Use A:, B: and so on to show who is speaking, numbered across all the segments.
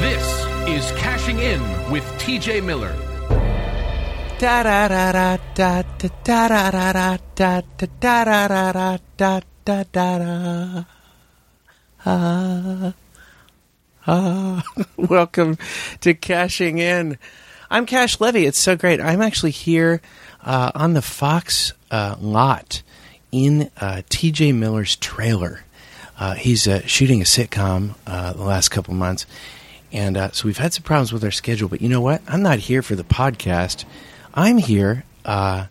A: This is Cashing In with TJ Miller.
B: Da da da da da da da da da da da da da da da da da da da. Ah. Ah. Welcome to Cashing In. I'm Cash Levy. It's so great. I'm actually here uh, on the Fox uh, lot in uh, TJ Miller's trailer. Uh, he's uh, shooting a sitcom uh, the last couple months. And uh, so we've had some problems with our schedule. But you know what? I'm not here for the podcast. I'm here uh,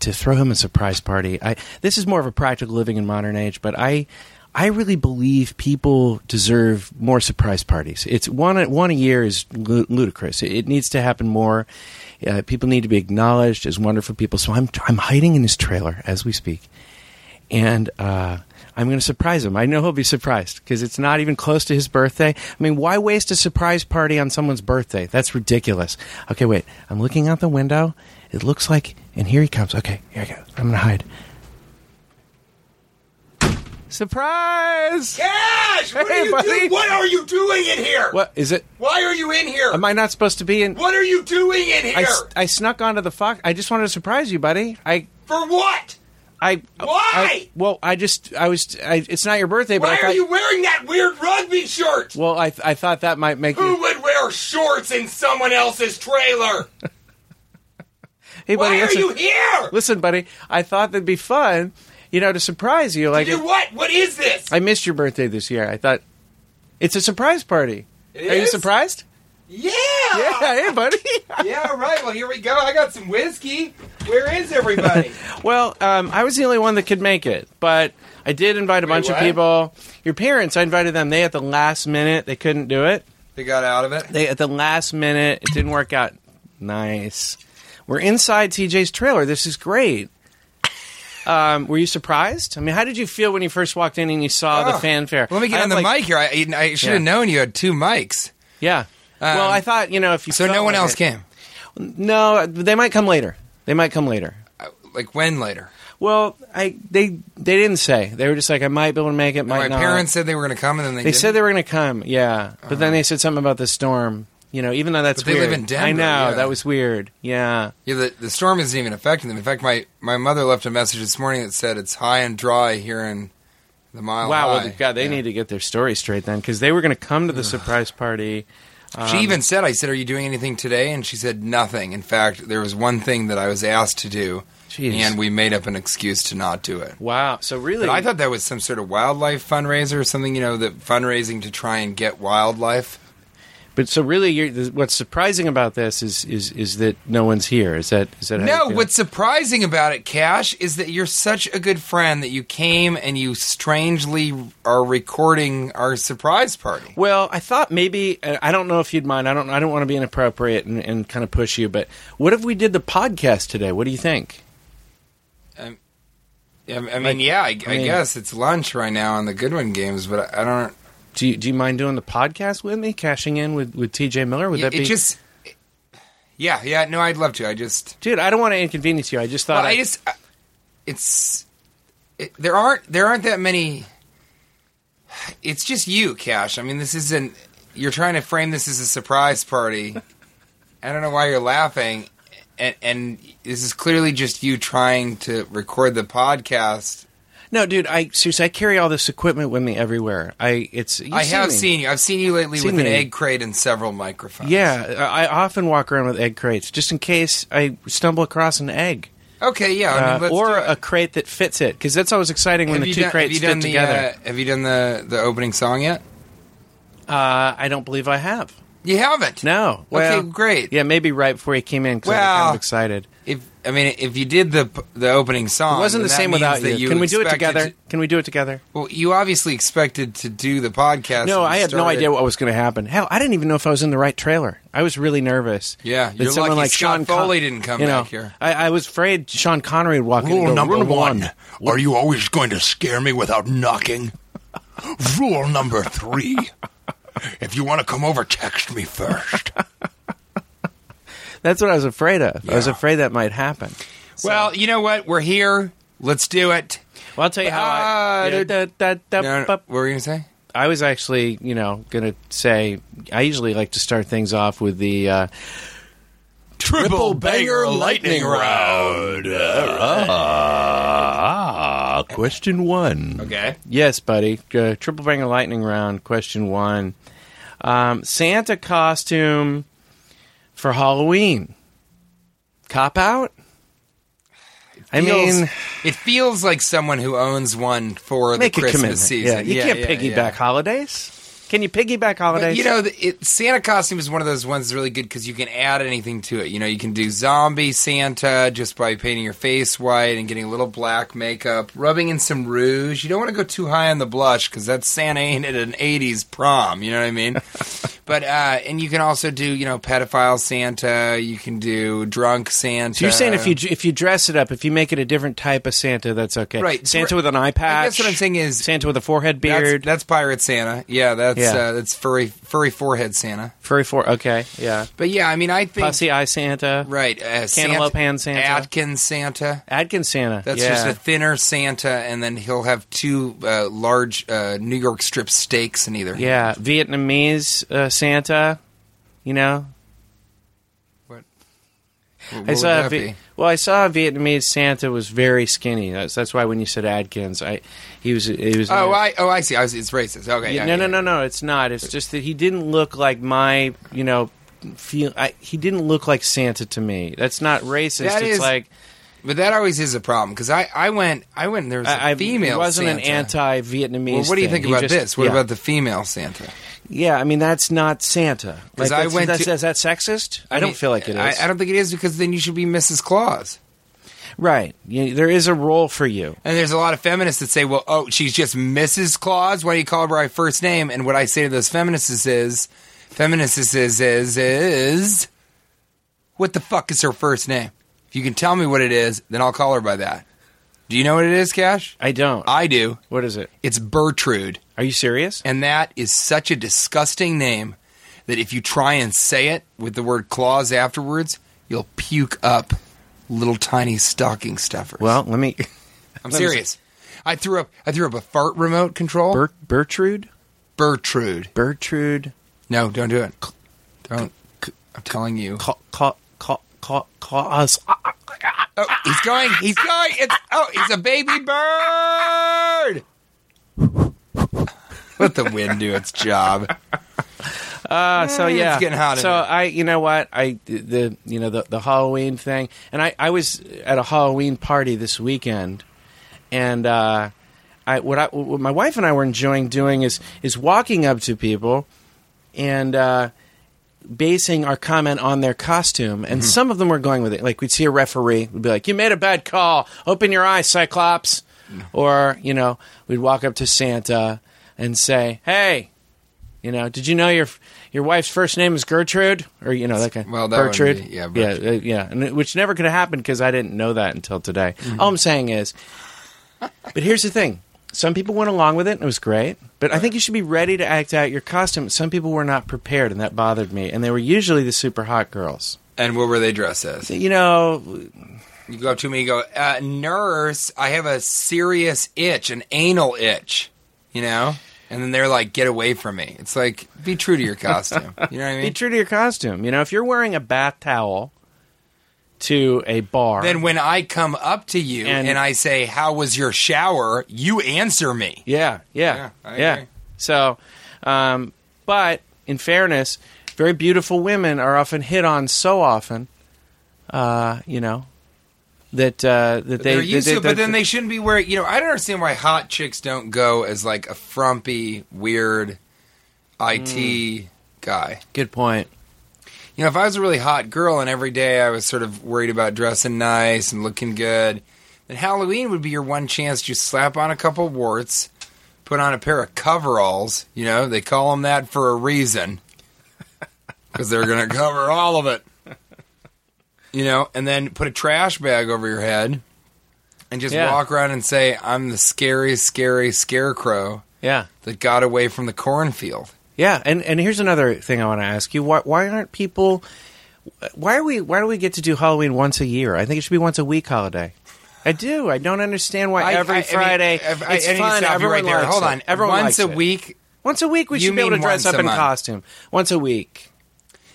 B: to throw him a surprise party. I, this is more of a practical living in modern age, but I. I really believe people deserve more surprise parties. It's one one a year is lu- ludicrous. It, it needs to happen more. Uh, people need to be acknowledged as wonderful people. So I'm I'm hiding in his trailer as we speak, and uh, I'm going to surprise him. I know he'll be surprised because it's not even close to his birthday. I mean, why waste a surprise party on someone's birthday? That's ridiculous. Okay, wait. I'm looking out the window. It looks like, and here he comes. Okay, here I go. I'm going to hide. Surprise!
C: Cash, what,
B: Hey,
C: are you
B: buddy.
C: doing? what are you doing in here?
B: What is it?
C: Why are you in here?
B: Am I not supposed to be in?
C: what are you doing in here?
B: I, s- I snuck onto the fox. I just wanted to surprise you, buddy. I
C: For what?
B: I
C: Why?
B: I- well, I just I was. I, it's not your birthday, but
C: Why
B: I thought.
C: are you wearing that weird rugby shirt?
B: well, I I thought that might make
C: Who
B: you.
C: would wear shorts in someone else's trailer?
B: Hey, buddy,
C: Why are
B: listen.
C: you here?
B: Listen, buddy, I thought that'd be fun, you know, to surprise you. Like,
C: Do what? What is this?
B: I missed your birthday this year. I thought it's a surprise party.
C: It
B: Are you
C: is?
B: surprised?
C: yeah.
B: Yeah, hey, buddy.
C: yeah. Right. Well, here we go. I got some whiskey. Where is everybody?
B: well, um, I was the only one that could make it, but I did invite a bunch of
C: what?
B: people. Your parents, I invited them. They at the last minute, they couldn't do it.
C: they got out of it.
B: They at the last minute, it didn't work out. Nice. We're inside TJ's trailer. This is great. Um, were you surprised? I mean, how did you feel when you first walked in and you saw the
C: Oh,
B: fanfare?
D: Let me get
B: I
D: on the
B: have, like-
D: mic here. I, I should have
B: Yeah.
D: known you had two mics,
B: Yeah. well, I thought you know if you
D: Um, so
B: felt
D: no one
B: like
D: else
B: it-
D: came.
B: No, they might come later. They might come later.
D: Like when later?
B: Well, I they they didn't say. They were just like I might be able to make it. Might
D: My
B: not.
D: parents said they were going to come, and then they,
B: They
D: didn't. Uh-huh.
B: said they were going to come. Yeah, but then they said something about the storm. You know, even though that's
D: But they live
B: weird.
D: in Denver,
B: I know
D: yeah.
B: that was weird. Yeah.
D: Yeah, the, the storm isn't even affecting them. In fact, my, my mother left a message this morning that said it's high and dry here in the mile.
B: Wow.
D: High.
B: Well, God, they need to get their story straight then, because they were going to come to the surprise party.
D: she even said, "I said, are you doing anything today?" And she said, "Nothing." In fact, there was one thing that I was asked to do,
B: Jeez.
D: and we made up an excuse to not do it.
B: Wow. So really,
D: But I thought that was some sort of wildlife fundraiser or something. You know, that fundraising to try and get wildlife.
B: But so really, you're, th- what's surprising about this is is is that no one's here. Is that is that how you
D: No,
B: feel?
D: what's surprising about it, Cash, is that you're such a good friend that you came and you strangely are recording our surprise party.
B: Well, I thought maybe uh, I don't know if you'd mind. I don't. I don't want to be inappropriate and, and kind of push you. But what if we did the podcast today? What do you think?
D: I, I mean, yeah, I, I
B: mean-
D: guess it's lunch right now on the Goodwin games, but I, I don't.
B: Do you, do you mind doing the podcast with me, cashing in with, with TJ Miller? Would
D: It,
B: that be
D: just. Yeah, yeah, no, I'd love to. I just,
B: dude? I don't want to inconvenience you. I just thought
D: well,
B: I,
D: I just, I- it's it, there aren't there aren't that many. It's just you, Cash. I mean, this isn't. You're trying to frame this as a surprise party. I don't know why you're laughing, and, and this is clearly just you trying to record the podcast.
B: no, dude. I seriously, I carry all this equipment with me everywhere. I it's you've
D: I have
B: me.
D: seen you. I've seen you lately
B: Seen
D: with
B: me.
D: an egg crate and several microphones.
B: Yeah, I I often walk around with egg crates just in case I stumble across an egg.
D: Okay. Yeah. I mean,
B: Uh,
D: let's do
B: or
D: it.
B: a crate that fits it because that's always exciting when
D: Have
B: the
D: you
B: two
D: done- have
B: crates
D: you done
B: fit
D: the,
B: together.
D: uh, have you done the the opening song yet?
B: Uh, I don't believe I have.
D: You haven't.
B: No. Well,
D: okay. Great.
B: Yeah, maybe right before he came in because I was
D: Well-
B: kind of excited.
D: If I mean, if you did the the opening song,
B: It wasn't the
D: then um, that
B: same
D: means
B: without you.
D: that
B: Can we do it
D: expected
B: together?
D: to-
B: Can we do it together?
D: well, you obviously expected to do the podcast.
B: No,
D: when
B: I
D: you
B: had no
D: started.
B: idea what was going to happen. Hell, I didn't even know if I was in the right trailer. I was really nervous.
D: Yeah,
B: that
D: you're
B: someone
D: lucky
B: like
D: Scott
B: Sean
D: Foley
B: Con-
D: didn't come
B: you know,
D: back here.
B: I, I was afraid Sean Connery would walk in. and
E: Rule
B: go,
E: number
B: "Rule
E: one Are you always going to scare me without knocking? Rule number three If you want to come over, text me first.
B: That's what I was afraid of. I was
E: Yeah.
B: afraid that might happen.
D: Well, you know what? We're here. Let's do it.
B: Well, I'll tell you how. I,
D: Ah,
B: Yeah, da- da- da-
D: No, no,
B: bup.
D: what were you gonna say?
B: I was actually, you know, going to say I usually like to start things off with the. Uh,
E: Triple
B: banger lightning
E: round. Ah, question one.
D: Okay.
B: Yes, buddy. Uh, triple banger lightning round. Question one: um, Santa costume for Halloween. Cop out. I
D: Feels-
B: mean,
D: it feels like someone who owns one for
B: make
D: the
B: a
D: Christmas
B: commitment.
D: season.
B: Yeah, you can't
D: yeah,
B: piggyback
D: yeah.
B: holidays. Can you piggyback
D: But,
B: holidays?
D: you know, the- it, Santa costume is one of those ones that's really good because you can add anything to it. You know, you can do zombie Santa just by painting your face white and getting a little black makeup, rubbing in some rouge. You don't want to go too high on the blush because that's Santa ain't at an '80s prom. You know what I mean? but uh, and you can also do you know pedophile Santa. You can do drunk Santa.
B: So you're saying if you
D: Uh,
B: if you dress it up, if you make it a different type of Santa, that's okay.
D: Right.
B: Santa with an eye patch.
D: guess what I'm saying is-
B: Santa with a forehead beard,
D: That's, that's pirate Santa. Yeah,
B: Yeah.
D: that's Uh, that's furry furry forehead Santa.
B: furry fore. Okay, yeah.
D: But yeah, I mean, I think
B: Pussy eye Santa,
D: right, uh,
B: Cantaloupe hand Santa.
D: Atkins Santa.
B: Adkins Santa.
D: That's
B: yeah.
D: just a thinner Santa, and then he'll have two uh, large uh, New York strip steaks in either. hand.
B: yeah Vietnamese uh, Santa. You know,
D: What
B: I
D: would
B: saw. A
D: that
B: Vi-
D: be?
B: well, I saw a Vietnamese Santa was very skinny. That's that's why when you said Adkins, I he was he was.
D: Oh, I oh I see. I was, it's racist. Okay.
B: Yeah,
D: Yeah,
B: no,
D: yeah,
B: no,
D: yeah.
B: no, no. It's not. It's just that he didn't look like my, you know, feel. I, he didn't look like Santa to me. That's not racist.
D: That
B: it's
D: is-
B: like
D: But that always is a problem because I, I went I went and there was a
B: I, I
D: female.
B: it wasn't an
D: Santa.
B: anti-Vietnamese.
D: Well, what do you
B: thing.
D: think
B: He
D: about
B: just-
D: this? What
B: yeah.
D: about the female Santa?
B: Yeah, I mean that's not Santa.
D: 'Cause
B: Like,
D: I
B: I
D: went
B: went. That's,
D: to-
B: is that sexist? I,
D: mean,
B: don't feel like it is.
D: I, I don't think it is because then you should be Mrs. Claus.
B: Right. You, there is a role for you.
D: And there's a lot of feminists that say, well, oh, she's just Mrs. Claus. Why do you call her by her first name? And what I say to those feminists is, feminists is, is, is, what the fuck is her first name? If you can tell me what it is, then I'll call her by that. Do you know what it is, Cash?
B: I don't.
D: I do.
B: what is it?
D: It's Bertrude.
B: Are you serious?
D: And that is such a disgusting name that if you try and say it with the word Claus afterwards, you'll puke up little tiny stocking stuffers.
B: Well, let me.
D: I'm
B: Let me
D: serious. I threw up. I threw up a fart remote control.
B: Bert, Bertrude.
D: Bertrude.
B: Bertrude.
D: No, don't do it. Don't. I'm telling you.
B: Ca- ca- ca- ca- cause.
D: Oh, he's going. He's going. It's oh, he's a baby bird. Let the wind do its job.
B: Uh, so yeah,
D: it's getting hot in
B: So
D: here.
B: I, you know what, I the you know the the Halloween thing, and I I was at a Halloween party this weekend, and uh, I what I what my wife and I were enjoying doing is is walking up to people, and. Uh, Basing our comment on their costume, and
D: Mm-hmm.
B: some of them were going with it. Like we'd see a referee, we'd be like, "You made a bad call. Open your eyes, Cyclops," or you know, we'd walk up to Santa and say, "Hey, you know, did you know your your wife's first name is Gertrude, or you know, like a
D: Well, that would
B: Gertrude?
D: be- yeah, Gertrude.
B: yeah, uh, yeah, and it- which never could have happened because I didn't know that until today.
D: Mm-hmm.
B: All I'm saying is, but here's the thing: some people went along with it, and it was great. But I think you should be ready to act out your costume. Some people were not prepared, and that bothered me. And they were usually the super hot girls.
D: And what were they dressed as?
B: You know,
D: You go up to me and go, uh, nurse, I have a serious itch, an anal itch, you know? And then they're like, get away from me. It's like, be true to your costume. You know what I mean?
B: be true to your costume. You know, if you're wearing a bath towel to a bar,
D: Then when I come up to you and,
B: And-
D: I say, "How was your shower?" you answer me.
B: Yeah,
D: Yeah,
B: yeah,
D: I
B: yeah.
D: agree.
B: So, um, but in fairness, very beautiful women are often hit on so often, uh, you know, that uh, that they
D: They, are used
B: that-
D: to, it, but
B: that-
D: then they shouldn't be wearing. You know, I don't understand why hot chicks don't go as like a frumpy, weird, IT guy.
B: good point.
D: you know, if I was a really hot girl and every day I was sort of worried about dressing nice and looking good, then Halloween would be your one chance to slap on a couple warts, put on a pair of coveralls. You know, they call them that for a reason because they're going to cover all of it. You know, and then put a trash bag over your head and just
B: Yeah.
D: walk around and say, I'm the scary, scary scarecrow
B: Yeah.
D: that got away from the cornfield.
B: Yeah, and and here's another thing I want to ask you: why why aren't people? Why are we? Why do we get to do Halloween once a year? I think it should be once a week holiday. I do. I don't understand why
D: I-
B: every
D: I- I mean,
B: Friday
D: if I-
B: it's
D: I need to
B: fun.
D: stop you
B: Everyone
D: right there.
B: likes
D: Hold
B: it.
D: on.
B: Everyone
D: Once
B: likes
D: a
B: it.
D: week.
B: Once a week, we
D: You
B: should be able to
D: mean
B: dress
D: once
B: up
D: a
B: in
D: month.
B: costume. Once a week.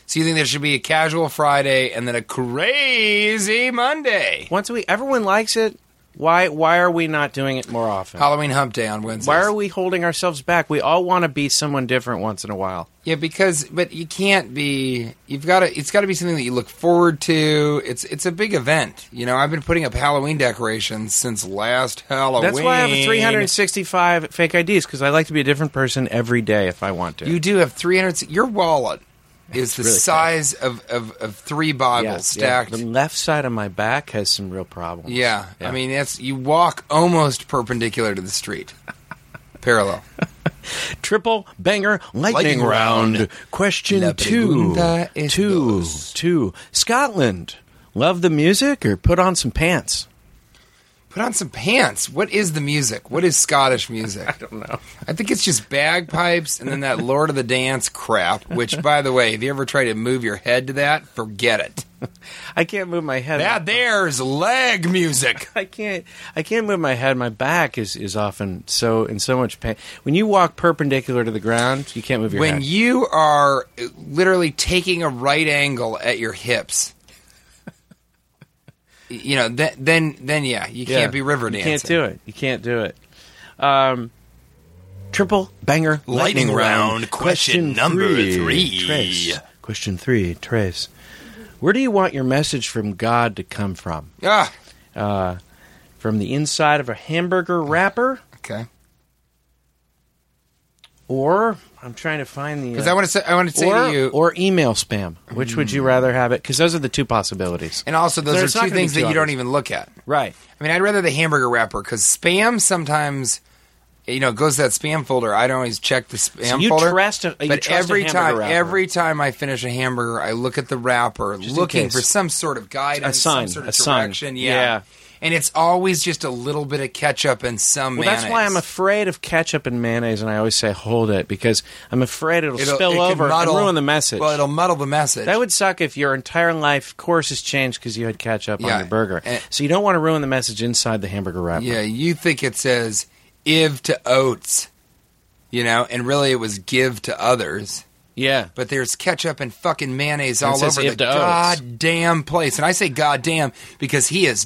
D: So you think there should be a casual Friday and then a crazy Monday?
B: Once a week. Everyone likes it. Why? Why are we not doing it more often?
D: Halloween Hump Day on Wednesday.
B: why are we holding ourselves back? We all want to be someone different once in a while.
D: Yeah, because but you can't be. You've got to. It's got to be something that you look forward to. It's it's a big event. You know, I've been putting up Halloween decorations since last Halloween.
B: That's why I have a 365 fake IDs because I like to be a different person every day if I want to.
D: You do have three hundred. Your wallet is the
B: really
D: size of, of of three Bibles stacked.
B: The left side of my back has some real problems.
D: Yeah, I mean that's you walk almost perpendicular to the street, parallel.
B: triple banger lightning,
E: Lightning
B: round.
E: round.
B: Question
D: La
B: two,
D: pregunta
B: two,
D: es
B: two.
D: dos.
B: Scotland, love the music or put on some pants?
D: Put on some pants. What is the music? What is Scottish music? I don't know. I think it's just bagpipes and then that Lord of the Dance crap. Which, by the way, if you ever try to move your head to that, forget it.
B: I can't move my head.
D: That there's leg music.
B: I can't. I can't move my head. My back is, is often so in so much pain. When you walk perpendicular to the ground, you can't move your
D: When
B: head.
D: you are literally taking a right angle at your hips, you know, th- then then yeah, you
B: Yeah.
D: can't be river
B: You
D: dancing.
B: can't do it. You can't do it. Um, triple banger lightning,
E: Lightning round, question number three.
B: Trace. Question three, Trace. Where do you want your message from God to come from?
D: Ah,
B: From the inside of a hamburger wrapper,
D: okay.
B: or I'm trying to find the.
D: Because I want to say, I want to say
B: or,
D: to you, Hmm.
B: or email spam. Which would you rather have it? Because those are the two possibilities.
D: and also
B: So
D: those
B: it's
D: are
B: not
D: two
B: gonna be
D: things
B: two
D: that you don't
B: hours.
D: even look at.
B: Right.
D: I mean, I'd rather the hamburger wrapper because spam sometimes, you know, goes to that spam folder. I don't always check the spam
B: So you
D: folder.
B: trust a- you
D: but
B: trust a
D: every
B: hamburger
D: time,
B: wrapper.
D: every time I finish a hamburger, I look at the wrapper,
B: in
D: looking
B: case.
D: for some sort of guidance,
B: A sign,
D: some sort of
B: a sign.
D: direction.
B: Yeah.
D: Yeah. And it's always just a little bit of ketchup and some.
B: Well, that's why
D: mayonnaise.
B: I'm afraid of ketchup and mayonnaise, and I always say hold it because I'm afraid it'll,
D: It'll-
B: spill
D: it could
B: over
D: muddle-
B: and ruin the message.
D: Well, it'll muddle the message.
B: that would suck if your entire life course has changed because you had ketchup on
D: Yeah,
B: your burger.
D: and-
B: so you don't want to ruin the message inside the hamburger wrapper.
D: Yeah, you think it says "iv" to oats, you know, and really it was "give" to others.
B: yeah.
D: But there's ketchup and fucking mayonnaise
B: And it
D: all
B: says
D: over
B: "iv"
D: the
B: to oats.
D: goddamn place, and I say goddamn because he has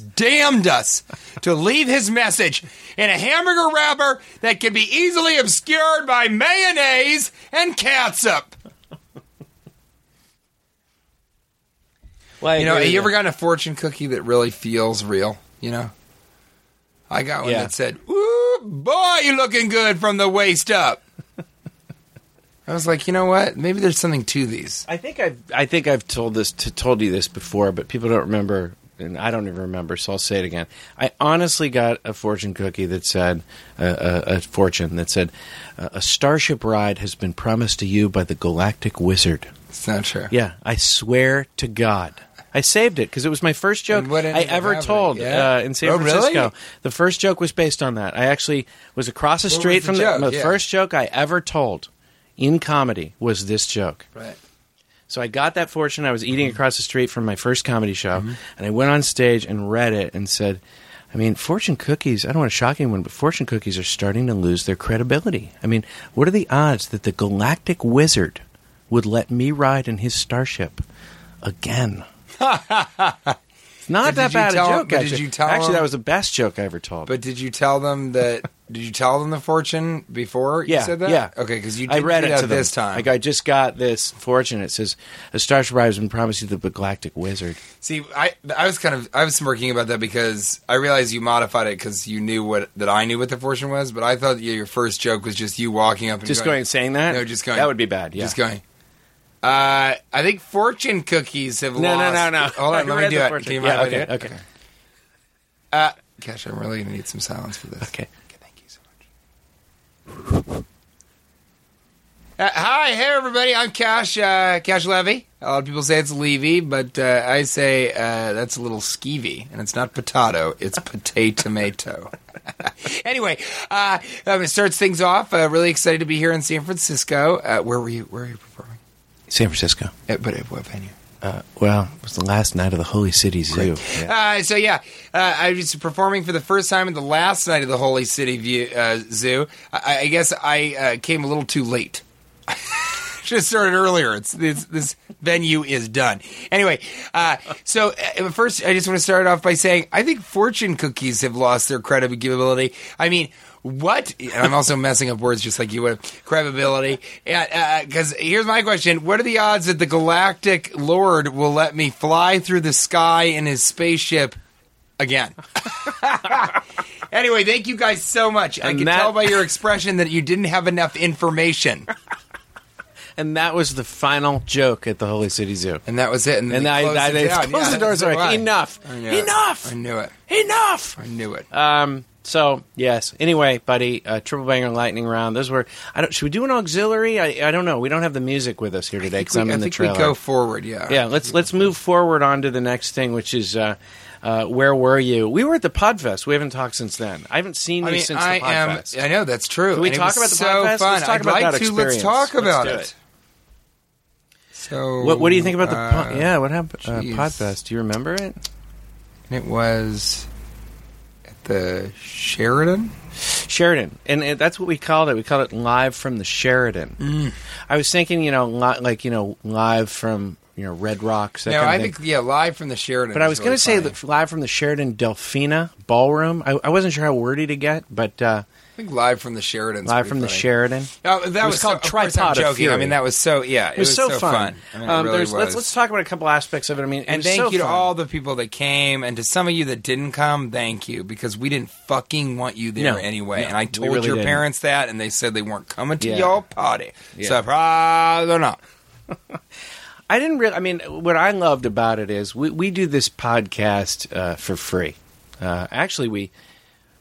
D: damned us to leave his message in a hamburger wrapper that can be easily obscured by mayonnaise and catsup.
B: Well, I
D: You
B: agree
D: know, have
B: with
D: you ever gotten a fortune cookie that really feels real? You know, I got one
B: Yeah.
D: that said, "Ooh, boy, you looking good from the waist up." I was like, you know what? Maybe there's something to these.
B: I think I've I think I've told this to, told you this before, but people don't remember, and I don't even remember, so I'll say it again. I honestly got a fortune cookie that said uh, a, a fortune that said uh, a starship ride has been promised to you by the galactic wizard.
D: It's not true.
B: Yeah, I swear to God. I saved it because it was my first joke
D: And what ended
B: I
D: up
B: ever
D: happening?
B: told
D: Yeah.
B: uh, in San
D: Oh, really?
B: Francisco. The first joke was based on that. I actually was across the
D: was
B: street
D: the
B: from
D: joke?
B: the, my
D: Yeah.
B: first joke I ever told in comedy was this joke.
D: Right.
B: So I got that fortune. I was eating across the street from my first comedy show, and I went on stage and read it and said, I mean, fortune cookies, I don't want to shock anyone, but fortune cookies are starting to lose their credibility. I mean, what are the odds that the galactic wizard would let me ride in his starship again? It's Not that
D: But did you
B: bad
D: tell-
B: a joke.
D: but did
B: actually.
D: you tell
B: Actually,
D: him-
B: that was the best joke I ever told.
D: But did you tell them that? did you tell them the fortune before you
B: yeah,
D: said that?
B: yeah.
D: Okay, because you
B: I
D: did
B: read
D: do
B: it
D: that
B: to them.
D: this time.
B: Like I just got this fortune. It says a starship ride has been promised you the galactic wizard.
D: See, I I was kind of I was smirking about that because I realized you modified it because you knew what that I knew what the fortune was, but I thought your first joke was just you walking up and
B: Just going and saying that?
D: No, just going.
B: That would be bad, yeah.
D: Just going. Uh, I think fortune cookies have
B: No, no,
D: lost.
B: no, no.
D: Hold on,
B: I
D: let me
B: read
D: do
B: the
D: it.
B: fortune.
D: Can you mind
B: yeah,
D: if I do
B: okay,
D: it?
B: okay, okay.
D: Gosh, I'm really gonna need some silence for this.
B: Okay.
D: thank you so much. Uh, hi, hey everybody. I'm Cash. Uh, Cash Levy. A lot of people say it's Levy, but uh, I say uh, that's a little skeevy, and it's not potato. It's potato tomato. anyway, uh, um, it starts things off. Uh, really excited to be here in San Francisco. Uh, where were you? Where were you performing?
B: San Francisco.
D: At, but at what venue?
B: Uh, well, it was the last night of the Holy City Zoo. Yeah.
D: Uh, so yeah, uh, I was performing for the first time at the last night of the Holy City View, uh, Zoo. I, I guess I uh, came a little too late. Should have started earlier. It's this, this venue is done. Anyway, uh, so uh, first, I just want to start off by saying I think fortune cookies have lost their credibility. I mean. What? And I'm also messing up words just like you would. Credibility. Because here's my question What are the odds that the galactic lord will let me fly through the sky in his spaceship again? anyway, thank you guys so much. I
B: And
D: can
B: that-
D: tell by your expression that you didn't have enough information.
B: And that was the final joke at the Holy City Zoo.
D: And that was it. And, then
B: And
D: they
B: I,
D: closed
B: I,
D: it
B: they
D: down.
B: closed
D: Yeah,
B: the doors.
D: that's
B: Like,
D: why.
B: enough!
D: I knew it.
B: Enough!
D: I knew it.
B: Enough!
D: I knew it.
B: Um. So yes. Anyway, buddy, uh, triple banger lightning round. Those were. I don't. Should we do an auxiliary? I, I don't know. We don't have the music with us here today because
D: We-
B: I'm
D: I
B: in the
D: think
B: trailer.
D: we go forward. Yeah.
B: yeah. Let's let's move forward on to the next thing, which is. Uh, uh, where were you? We were at the Podfest. We haven't talked since then. I haven't seen
D: I
B: you
D: mean,
B: since
D: I
B: the
D: am.
B: Podfest.
D: I know that's true.
B: Can we
D: and it
B: talk
D: was
B: about the
D: so
B: Podfest? Let's
D: Fun.
B: talk
D: I'd
B: about
D: like
B: that
D: to. Let's
B: experience. Let's
D: talk about
B: do
D: it.
B: it.
D: So
B: what What do you think about the po-
D: uh,
B: yeah? What happened? Uh,
D: jeez.
B: Podfest. Do you remember it?
D: It was at the Sheridan.
B: Sheridan, and it, that's what we called it. We called it live from the Sheridan.
D: Mm.
B: I was thinking, you know, li- like you know, live from you know Red Rocks. That
D: No,
B: kind of
D: I
B: thing.
D: think yeah, live from the Sheridan.
B: But I was
D: really
B: going to say
D: funny.
B: that live from the Sheridan Delphina Ballroom. I, I wasn't sure how wordy to get, but uh,
D: I think live from the Sheridan.
B: live from the Sheridan.
D: Oh, that
B: It was called
D: so, of course, I'm
B: Tripod of
D: joking. I
B: Fury.
D: mean, that was so yeah. It,
B: It was, so, fun.
D: I mean, it
B: um,
D: really
B: there's- Let's,
D: was.
B: let's talk about a couple aspects of it. I mean, it
D: And
B: was
D: thank
B: so
D: you to
B: fun.
D: all the people that came, and to some of you that didn't come, thank you because we didn't fucking want you there
B: No,
D: anyway.
B: no,
D: and I
B: we
D: told
B: really
D: your
B: didn't.
D: parents that, and they said they weren't coming to
B: Yeah.
D: your party.
B: Yeah.
D: Surprise or not?
B: I didn't really. I mean, what I loved about it is we, we do this podcast uh, for free. Uh, actually, we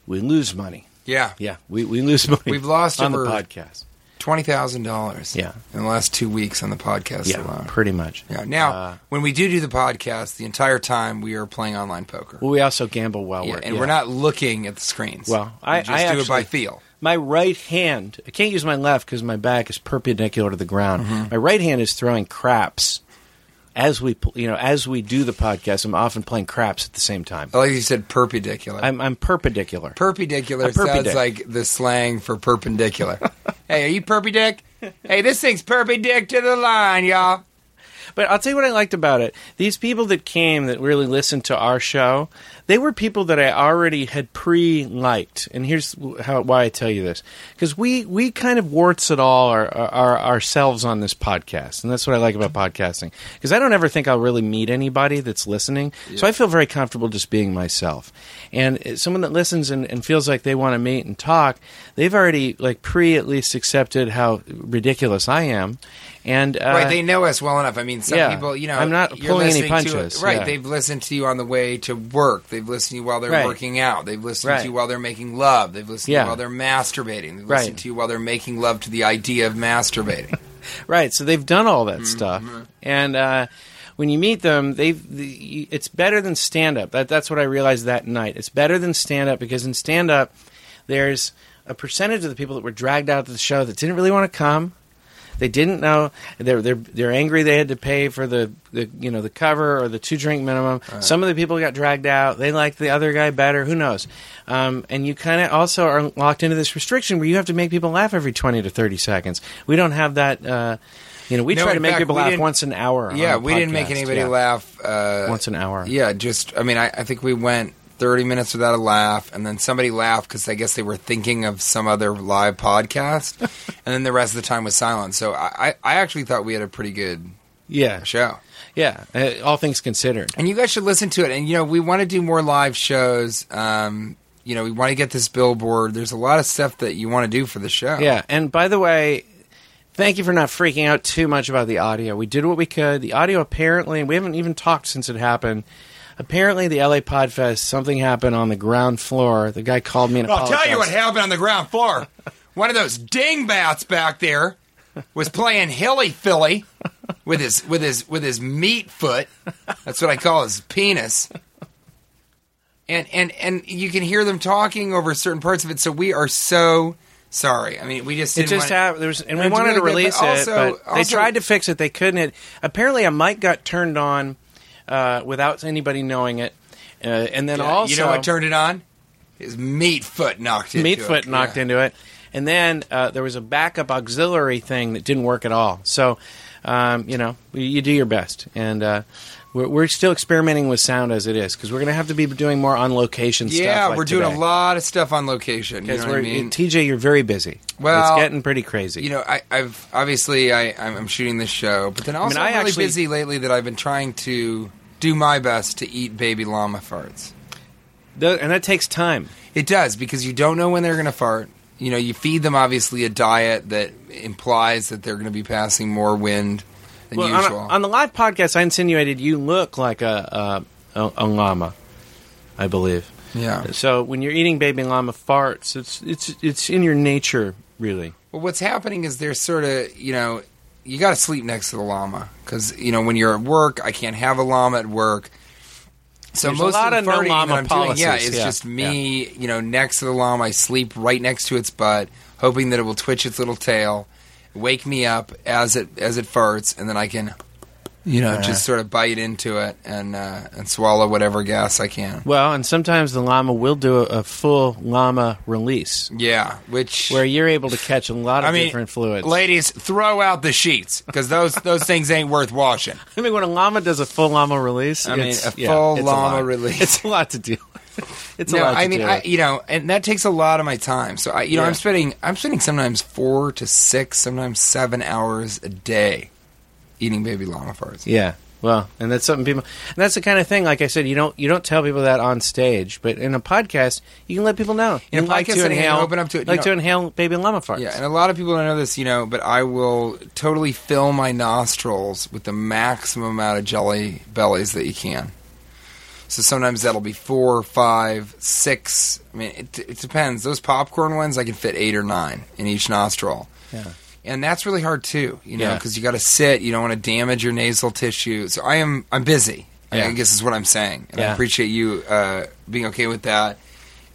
B: we lose money.
D: Yeah,
B: Yeah, we, we lose money.
D: We've lost
B: on the
D: over-
B: podcast.
D: twenty thousand dollars.
B: Yeah.
D: in the last two weeks on the podcast
B: Yeah,
D: alone.
B: pretty much.
D: Yeah. Now,
B: Uh,
D: when we do do the podcast, the entire time we are playing online poker,
B: well, we also gamble while
D: yeah,
B: we're
D: and
B: yeah.
D: we're not looking at the screens.
B: Well,
D: we
B: I-
D: just
B: I
D: do it by
B: actually-
D: feel.
B: my right hand i can't use my left because my back is perpendicular to the ground
D: Mm-hmm.
B: my right hand is throwing craps as we pl- you know as we do the podcast i'm often playing craps at the same time
D: I like you said, perpendicular.
B: i'm, I'm perpendicular A
D: Perpendicular
B: perpy
D: sounds
B: dick.
D: like the slang for perpendicular. hey, are you perpy dick? Hey, this thing's perpy dick to the line, y'all.
B: but i'll tell you what i liked about it these people that came that really listened to our show they were people that i already had pre-liked and here's wh- how, why i tell you this because we we kind of warts it all our, our, ourselves on this podcast and that's what i like about podcasting because i don't ever think i'll really meet anybody that's listening so i feel very comfortable just being myself and uh, someone that listens and, and feels like they want to meet and talk they've already like pre at least accepted how ridiculous i am and uh,
D: right, they know us well enough. I mean, some
B: yeah.
D: people, you know,
B: I'm not
D: you're
B: pulling any
D: listening to-
B: punches,
D: right,
B: yeah.
D: they've listened to you on the way to work. They've listened to you while they're
B: Right.
D: working out. They've listened
B: Right.
D: to you while they're making love. They've listened to
B: Yeah.
D: you while they're masturbating. They've
B: Right.
D: listened to you while they're making love to the idea of masturbating.
B: Right. So they've done all that stuff, and uh, when you meet them, they've the, you- it's better than stand up. That, that's what I realized that night. It's better than stand up because in stand up, there's a percentage of the people that were dragged out to the show that didn't really want to come. They didn't know they're they're they're angry they had to pay for the, the you know the cover or the two drink minimum. Some of the people got dragged out. They liked the other guy better. Who knows? Um, and you kind of also are locked into this restriction where you have to make people laugh every twenty to thirty seconds. We don't have that. Uh, you know, we
D: No,
B: try to
D: in
B: make
D: fact,
B: people
D: we
B: laugh
D: didn't-
B: once an hour. on
D: yeah,
B: the
D: we didn't make
B: podcast.
D: anybody
B: Yeah.
D: laugh. Uh,
B: once an hour.
D: Yeah, just I mean, I, I think we went 30 minutes without a laugh, and then somebody laughed because I guess they were thinking of some other live podcast, and then the rest of the time was silent. So I, I, I actually thought we had a pretty good
B: yeah,
D: show,
B: yeah. Uh, all things considered,
D: and you guys should listen to it. And you know, we want to do more live shows. Um, you know, we want to get this billboard. There's a lot of stuff that you want to do for the show.
B: yeah. And by the way, Thank you for not freaking out too much about the audio. We did what we could. The audio apparently, we haven't even talked since it happened. Apparently, the LA Podfest, something happened on the ground floor. The guy called me and
D: I'll tell you what
B: apologized.
D: happened on the ground floor. One of those dingbats back there was playing hilly filly with his with his with his meat foot. That's what I call his penis. And and and you can hear them talking over certain parts of it. So we are so sorry. I mean, we just
B: It
D: didn't
B: just
D: wanna-
B: happened. There was, and we
D: And
B: wanted to
D: really good,
B: release
D: but also-
B: it, but they
D: also-
B: tried to fix it. They couldn't. It, apparently, a mic got turned on uh, without anybody knowing it, uh, and then
D: Yeah,
B: also
D: you know what turned it on? His meat foot knocked into it.
B: Meatfoot knocked
D: Yeah.
B: into it, and then uh, there was a backup auxiliary thing that didn't work at all. So, um, you know, you, you do your best, and uh, we're, we're still experimenting with sound as it is because we're going to have to be doing more on location stuff.
D: Yeah,
B: like
D: we're doing
B: today.
D: a lot of stuff on location. You
B: 'Cause
D: know what I
B: we're-
D: mean?
B: TJ, you're very busy.
D: Well,
B: it's getting pretty crazy.
D: you know, I, I've obviously I, I'm, I'm shooting this show, but then also I
B: I
D: am really
B: actually-
D: busy lately that I've been trying to do my best to eat baby llama farts.
B: Th- and that takes time.
D: It does because you don't know when they're going to fart. You know, you feed them obviously a diet that implies that they're going to be passing more wind than
B: Well, on,
D: usual.
B: a- on the live podcast, I insinuated you look like a a, a, a llama, I believe.
D: yeah.
B: So when you're eating baby llama farts, it's it's it's in your nature, really.
D: Well, what's happening is they're sort of, you know, you got to sleep next to the llama because, you know, when you're at work, I can't have a llama at work. So
B: There's a
D: most
B: lot
D: of
B: of
D: the
B: no
D: farting
B: llama
D: that I'm doing, yeah,
B: policies,
D: it's
B: yeah,
D: just me, you know, next to the llama. I sleep right next to its butt, hoping that it will twitch its little tail, wake me up as it as it farts, and then I can, you know, just sort of bite into it and uh, and swallow whatever gas I can.
B: Well, and sometimes the llama will do a, a full llama release
D: Yeah, which
B: where you're able to catch a lot of
D: I mean,
B: different fluids.
D: ladies, throw out the sheets because those those things ain't worth washing.
B: I mean, when a llama does a full llama release,
D: I mean,
B: it's-
D: a
B: yeah,
D: full
B: it's a
D: llama
B: lot.
D: release.
B: It's a lot to do. It's a
D: No,
B: lot to
D: I mean,
B: do.
D: I, you know, and that takes a lot of my time. So I, you know,
B: Yeah.
D: I'm spending I'm spending sometimes four to six, sometimes seven hours a day eating baby llama farts.
B: Yeah. Well, and that's something people and that's the kind of thing like I said you don't you don't tell people that on stage, but in a podcast you can let people know.
D: In a
B: You like
D: podcast
B: to
D: setting, I can
B: inhale
D: open up to it, you
B: like to
D: know.
B: inhale baby llama farts.
D: Yeah, and a lot of people don't know this, you know, but I will totally fill my nostrils with the maximum amount of jelly bellies that you can. So sometimes that'll be four, five, six. I mean, it, it depends. Those popcorn ones, I can fit eight or nine in each nostril.
B: Yeah.
D: And that's really hard too, you know,
B: Yeah.
D: because you got to sit. You don't want to damage your nasal tissue. So I am, I'm busy. I-
B: Yeah.
D: I guess is what I'm saying. And I
B: Yeah.
D: appreciate you uh, being okay with that,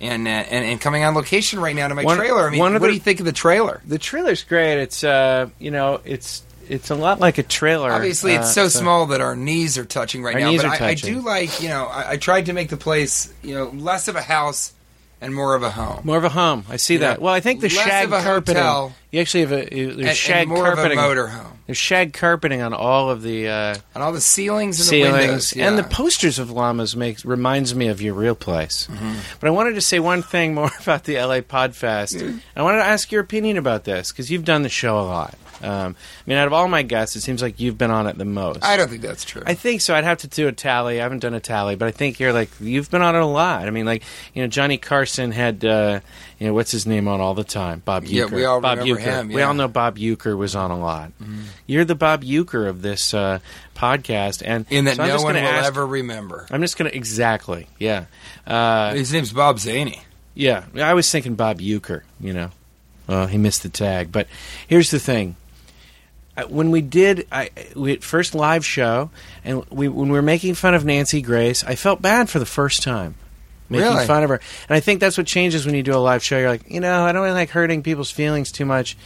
D: and, uh, and and coming on location right now to my
B: One-
D: trailer. I mean,
B: one
D: what
B: of the-
D: do you think of the trailer?
B: The trailer's great. It's uh, you know, it's it's a lot like a trailer.
D: Obviously,
B: uh,
D: it's so, small that our knees are touching right
B: Our
D: now.
B: knees
D: but
B: are
D: I, I
B: touching.
D: do like, you know, I, I tried to make the place, you know, less of a house and more of a home.
B: More of a home. I see that.
D: Yeah.
B: Well, I think the
D: Less
B: shag
D: of a
B: carpeting.
D: hotel.
B: you actually have a you- there's
D: and,
B: shag
D: and more
B: carpeting.
D: of a motor home.
B: There's shag carpeting on all of the uh,
D: And all the ceilings and
B: ceilings
D: the windows.
B: and the
D: yeah.
B: posters of llamas makes reminds me of your real place.
D: Mm-hmm.
B: But I wanted to say one thing more about the LA Podfest. I wanted to ask your opinion about this because you've done the show a lot. Um, I mean, out of all my guests, it seems like you've been on it the most.
D: I don't think that's true.
B: I think so. I'd have to do a tally. I haven't done a tally, but I think you're like you've been on it a lot. I mean, like you know, Johnny Carson had uh, you know what's his name on all the time. Bob
D: Yeah,
B: Euchre.
D: we all
B: Bob
D: remember
B: Uecker.
D: him,
B: We
D: yeah. Mm-hmm.
B: all know Bob Euchre was on a lot. You're the Bob Euchre of this uh, podcast, and
D: in that
B: so I'm
D: no
B: just
D: one will
B: gonna ask-
D: ever remember.
B: I'm just gonna exactly. Yeah, uh,
D: His name's Bob Zaney.
B: yeah. I was thinking Bob Euchre. You know, uh, he missed the tag. But here's the thing: I- when we did I, we first live show, and we when we were making fun of Nancy Grace, I felt bad for the first time. Making
D: Really?
B: fun of her, and I think that's what changes when you do a live show. You're like, you know, I don't really like hurting people's feelings too much,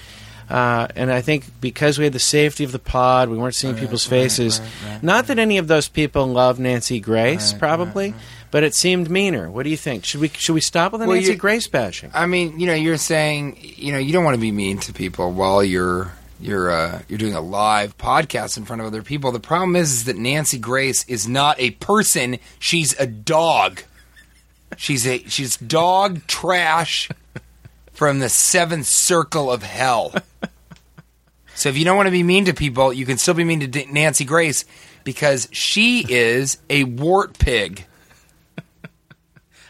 B: uh, and I think because we had the safety of the pod, we weren't seeing people's faces. Not that any of those people love Nancy Grace, probably, but it seemed meaner. What do you think? Should we should we stop with the
D: Well,
B: Nancy
D: you-
B: Grace bashing?
D: I mean, you know, you're saying, you know, you don't want to be mean to people while you're you're uh, you're doing a live podcast in front of other people. The problem is, is that Nancy Grace is not a person; she's a dog. She's a she's dog trash from the seventh circle of hell. So if you don't want to be mean to people, you can still be mean to D- Nancy Grace because she is a wart pig.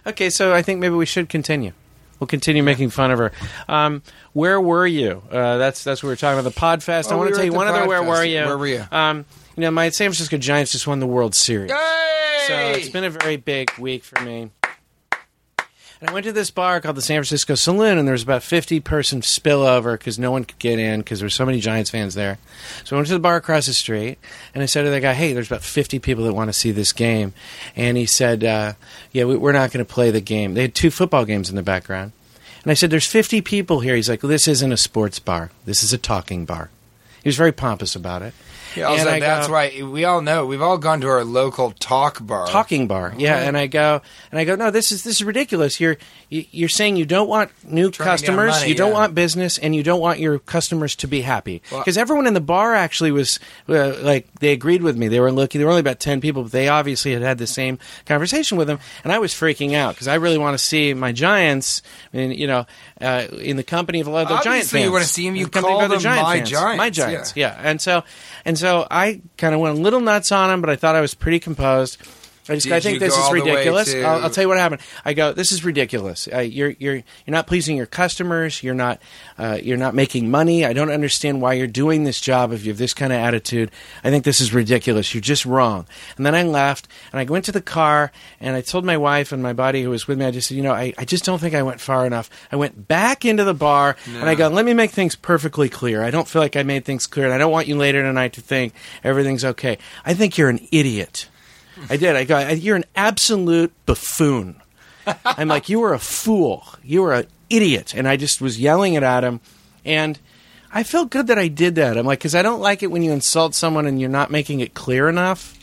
B: Okay, so I think maybe we should continue. We'll continue making fun of her. Um, where were you? Uh, that's that's what we were talking about the Podfest. I
D: Oh,
B: want to
D: we were
B: tell
D: at
B: you
D: the
B: one other. Where
D: Podfest.
B: were you?
D: Where were you?
B: Um, you know, my San Francisco Giants just won the World Series. So
D: Yay!
B: it's been a very big week for me. And I went to this bar called the San Francisco Saloon, and there was about 50 person spillover because no one could get in because there were so many Giants fans there. So I went to the bar across the street, and I said to the guy, Hey, there's about 50 people that want to see this game. And he said, uh, Yeah, we, we're not going to play the game. They had two football games in the background. And I said, There's 50 people here. He's like, This isn't a sports bar, this is a talking bar. He was very pompous about it.
D: Yeah, also,
B: And I
D: that's
B: go-
D: why we all know we've all gone to our local talk bar.
B: talking bar. Yeah, and I go and I go. No, this is this is ridiculous. You're you- you're saying you don't want new
D: Turning down
B: customers,
D: money,
B: you don't
D: yeah.
B: want business, and you don't want your customers to be happy. Because everyone in the bar actually was uh, like they agreed with me. They were looking. There were only about ten people, but they obviously had had the same conversation with them, and I was freaking out because I really want to see my Giants. And you know, uh, in the company of a lot of other Giant
D: Obviously,
B: fans.
D: you wanna see 'em.
B: In
D: You
B: the company of
D: call
B: other
D: them
B: Giant
D: my
B: fans.
D: Giants,
B: My
D: yeah.
B: Giants. Yeah. Yeah, and so and so I kind of went a little nuts on him, but I thought I was pretty composed. I just
D: Did
B: I think
D: you
B: this
D: go
B: is
D: all the way
B: ridiculous.
D: to-
B: I'll, I'll tell you what happened. I go, this is ridiculous. Uh, you're you're you're not pleasing your customers. You're not uh, you're not making money. I don't understand why you're doing this job if you have this kind of attitude. I think this is ridiculous. You're just wrong. And then I left and I went to the car and I told my wife and my buddy who was with me. I just said, you know, I, I just don't think I went far enough. I went back into the bar and I go, let me make things perfectly clear. I don't feel like I made things clear, and I don't want you later tonight to think everything's okay. I think you're an idiot. I did. I got. You're an absolute buffoon. I'm like, you were a fool. You were an idiot. And I just was yelling it at him, and I felt good that I did that. I'm like, because I don't like it when you insult someone and you're not making it clear enough.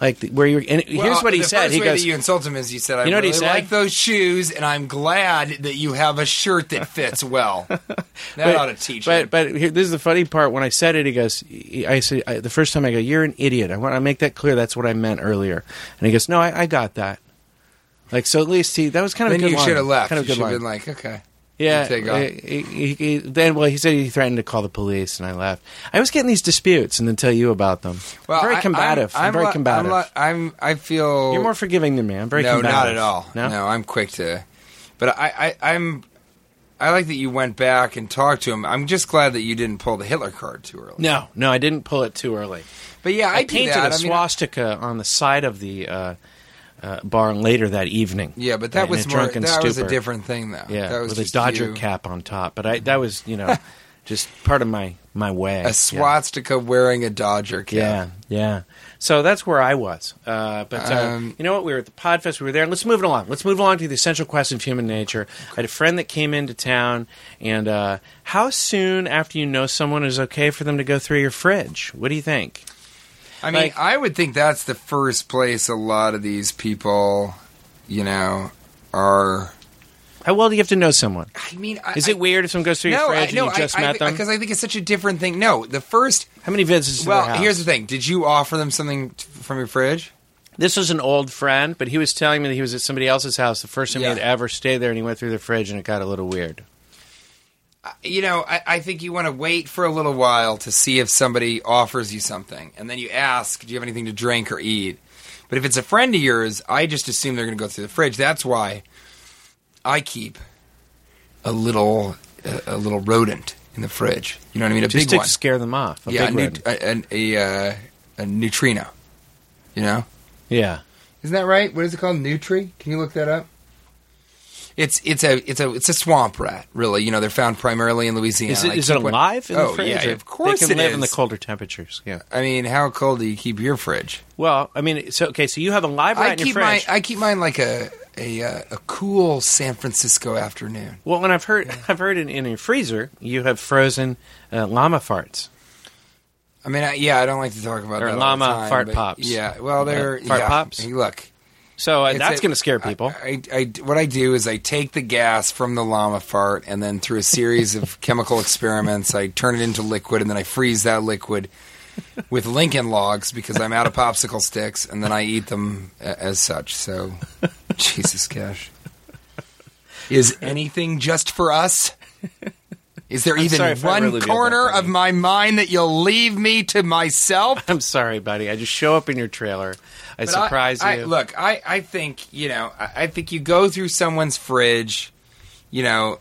B: Like th- where you're. And
D: Well,
B: here's what he
D: the
B: said.
D: First
B: He
D: way
B: goes.
D: that you insult him is you said, "I
B: You know what he
D: really
B: said?
D: like those shoes, and I'm glad that you have a shirt that fits well." that ought to teach
B: but,
D: him.
B: But here, this is the funny part. When I said it, he goes, I said, I, the first time I go, you're an idiot. I want to make that clear. That's what I meant earlier. And he goes, no, I, I got that. Like, so at least he, that was kind of
D: then
B: a good
D: you
B: line.
D: should have left.
B: Kind of a good
D: you should have
B: line.
D: been like, "Okay."
B: Yeah.
D: You take off.
B: he- he- he- then, well, he said he threatened to call the police, and I left. I was getting these disputes, and then tell you about them.
D: Well,
B: I'm
D: I-
B: very combative. I'm, very
D: li-
B: combative.
D: I'm, li- I'm- I feel
B: You're more forgiving than me. I'm very
D: no,
B: combative.
D: not at all.
B: No.
D: I'm quick to, but I, I, I'm. I like that you went back and talked to him. I'm just glad that you didn't pull the Hitler card too early.
B: No, no, I didn't pull it too early.
D: But yeah, I,
B: I,
D: do
B: painted
D: that.
B: a
D: I mean,
B: swastika on the side of the uh, uh, bar later that evening.
D: yeah, but that
B: in
D: was
B: a
D: more. That
B: drunken
D: was a
B: stupor.
D: different thing, though.
B: Yeah,
D: that was
B: with a
D: just
B: Dodger
D: you.
B: cap on top. But I that was you know just part of my my way.
D: a
B: Yeah.
D: swastika wearing a Dodger cap.
B: Yeah, yeah. So that's where I was. Uh, but uh,
D: Um,
B: you know what? We were at the Podfest. We were there. Let's move it along. Let's move along to the essential quest of human nature. I had a friend that came into town, and uh, how soon after you know someone is okay for them to go through your fridge? What do you think?
D: I mean,
B: Like-
D: I would think that's the first place a lot of these people, you know, are.
B: How well do you have to know someone?
D: I mean, I,
B: Is it weird if someone goes through your fridge and you just met them?
D: Because I think it's such a different thing. No, the first.
B: How many visits? to
D: Well,
B: their house?
D: here's the thing. Did you offer them something t- from your fridge?
B: This was an old friend, but he was telling me that he was at somebody else's house the first time
D: Yeah.
B: he had ever stayed there, and he went through the fridge, and it got a little weird.
D: You know, I, I think you want to wait for a little while to see if somebody offers you something, and then you ask, "Do you have anything to drink or eat?" But if it's a friend of yours, I just assume they're going to go through the fridge. That's why I keep a little a, a little rodent in the fridge. You know what I mean? A
B: Just
D: big
B: to
D: one.
B: scare them off. A
D: yeah,
B: big
D: a,
B: one.
D: nut- a, a, a, uh, a neutrino. You know.
B: yeah.
D: Isn't that right? What is it called? Nutri? Can you look that up? It's it's a it's a it's a swamp rat, really. You know, they're found primarily in Louisiana.
B: Is
D: I
B: it, is it
D: keep wa-
B: alive in
D: oh,
B: the fridge?
D: Yeah,
B: or-
D: of course
B: they can
D: it
B: live in the
D: is.
B: colder temperatures. Yeah.
D: I mean, how cold do you keep your fridge?
B: Well, I mean, so okay, so you have a live rat
D: I
B: in your
D: keep
B: fridge.
D: mine. I keep mine like a a uh, a cool San Francisco afternoon.
B: well, and I've heard, I've heard in, in your freezer you have frozen uh, llama farts.
D: I mean, I, yeah, I don't like to talk about
B: Or
D: that all the
B: llama
D: time,
B: fart
D: but
B: pops.
D: Yeah, well, they're
B: Uh, fart
D: yeah.
B: pops?
D: Hey, look,
B: So uh,
D: It's
B: that's
D: a-
B: going to scare people.
D: I, I, I- what I do is I take the gas from the llama fart, and then through a series of chemical experiments, I turn it into liquid, and then I freeze that liquid with Lincoln logs because I'm out of popsicle sticks, and then I eat them a- as such. So, Jesus, Cash, is anything just for us? Is there even
B: sorry if I
D: one
B: really did that
D: corner
B: thing.
D: of my mind that you'll leave me to myself?
B: I'm sorry, buddy. I just show up in your trailer. I
D: But I-
B: surprise
D: I,
B: you.
D: look, I, I think you know. I, I think you go through someone's fridge. you know,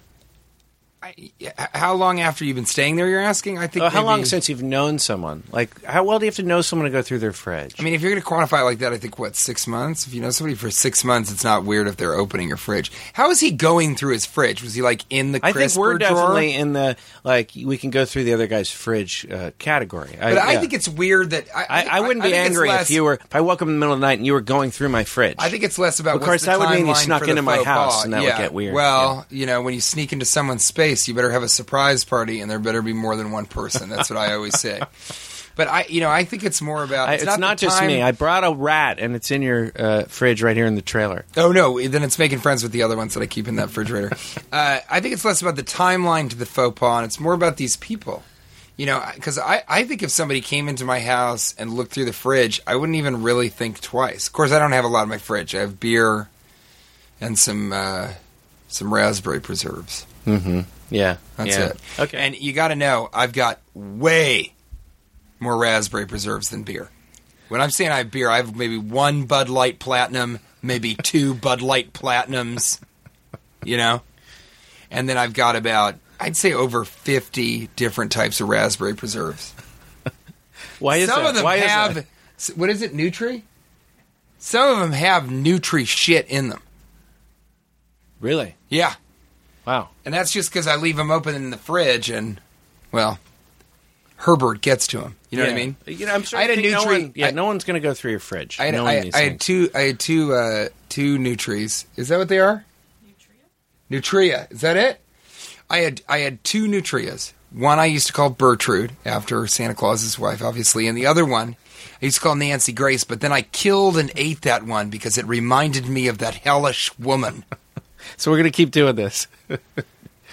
D: I, h- how long after you've been staying there? You're asking. I think
B: Oh, how
D: maybe-
B: long since you've known someone? Like, how well do you have to know someone to go through their fridge?
D: I mean, if you're going to quantify it like that, I think what six months. If you know somebody for six months, it's not weird if they're opening your fridge. How is he going through his fridge? Was he like in the?
B: I think we're
D: crisper drawer?
B: definitely in the like we can go through the other guy's fridge uh, category.
D: But I
B: yeah.
D: think it's weird that I,
B: I, I wouldn't be
D: think it's
B: angry
D: less-
B: if you were if I woke up in the middle of the night and you were going through my fridge.
D: I think it's less about.
B: Of
D: what's
B: course,
D: the
B: that would mean you
D: timeline for
B: snuck
D: the
B: into my
D: faux
B: house,
D: pas.
B: and that would
D: Yeah.
B: get weird.
D: Well, you know, when you sneak into someone's space, you better have a surprise party, and there better be more than one person. That's what I always say. But I, you know, I think it's more about.
B: I,
D: it's,
B: it's not,
D: the
B: just
D: time-
B: me. I brought a rat, and it's in your uh, fridge right here in the trailer.
D: Oh no! Then it's making friends with the other ones that I keep in that refrigerator. uh, I think it's less about the timeline to the faux pas, and it's more about these people. You know, because I, I think if somebody came into my house and looked through the fridge, I wouldn't even really think twice. Of course, I don't have a lot in my fridge. I have beer and some uh, some raspberry preserves.
B: Yeah,
D: That's
B: yeah.
D: it.
B: Okay,
D: And you got to know, I've got way more raspberry preserves than beer. When I'm saying I have beer, I have maybe one Bud Light Platinum, maybe two Bud Light Platinums, you know? And then I've got about, I'd say over 50 different types of raspberry preserves.
B: why is
D: Some
B: that?
D: of them
B: Why is
D: have,
B: that?
D: s- what is it, Nutri? Some of them have Nutri shit in them.
B: really
D: Yeah.
B: wow.
D: And that's just because I leave them open in the fridge and, well, Herbert gets to them. You know what I
B: Yeah.
D: mean?
B: You know, I'm sure
D: I had a
B: think no
D: Nutri-
B: one- yeah,
D: I-
B: no one's going to go through your fridge.
D: I had,
B: no one
D: I,
B: needs
D: I had
B: to.
D: two. I had two. Uh, two nutries. Is that what they are? Nutria. Nutria. Is that it? I had I had two nutrias. One I used to call Bertrude after Santa Claus's wife, obviously, and the other one I used to call Nancy Grace. But then I killed and ate that one because it reminded me of that hellish woman.
B: So we're going to keep doing this.
D: No,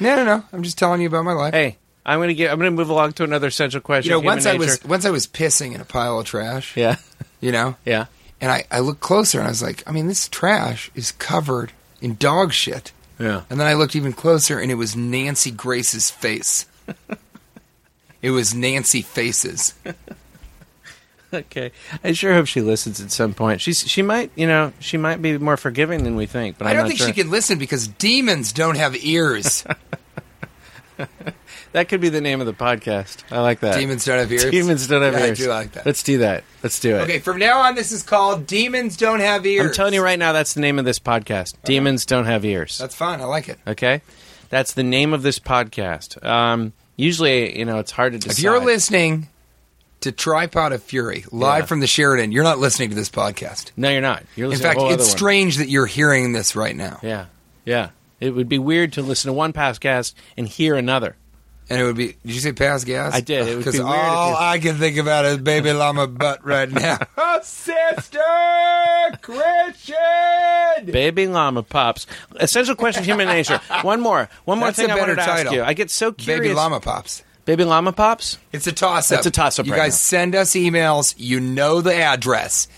D: no, no. I'm just telling you about my life.
B: Hey, I'm going to get. I'm going to move along to another essential question.
D: you know,
B: of human
D: once I
B: nature.
D: was once I was pissing in a pile of trash.
B: yeah,
D: You know.
B: yeah.
D: And I, I looked closer and I was like, I mean, this trash is covered in dog shit.
B: Yeah.
D: And then I looked even closer and it was Nancy Grace's face. it was Nancy Faces.
B: Okay. I sure hope she listens at some point. She's she might you know she might be more forgiving than we think. But I'm
D: I don't
B: not
D: think
B: sure.
D: she can listen because demons don't have ears.
B: That could be the name of the podcast. I like that.
D: demons don't have ears.
B: Demons don't have
D: Yeah,
B: ears.
D: I do like that.
B: Let's do that. Let's do it.
D: okay, from now on, this is called Demons Don't Have Ears.
B: I'm telling you right now, that's the name of this podcast. Demons don't have ears.
D: That's fine. I like it.
B: okay, that's the name of this podcast. Um, usually, you know, it's hard to decide.
D: If you're listening to Tripod of Fury live
B: Yeah.
D: from the Sheridan, you're not listening to this podcast.
B: no, you're not. You're
D: In
B: listening
D: fact,
B: to a whole
D: it's
B: other one.
D: strange that you're hearing this right now.
B: Yeah, yeah. It would be weird to listen to one podcast and hear another.
D: And it would be. Did you say pass gas?
B: I did. It would be weird if
D: all
B: you-
D: I can think about is baby llama butt right now.
C: Oh, sister Christian!
B: Baby llama pops. Essential question: Human nature. One more. One more
D: That's
B: thing
D: a
B: I wanted
D: better
B: to ask
D: title.
B: you. I get so curious.
D: baby llama pops.
B: Baby llama pops.
D: It's a toss up.
B: It's a toss-up
D: You
B: right
D: guys
B: now.
D: send us emails. You know the address.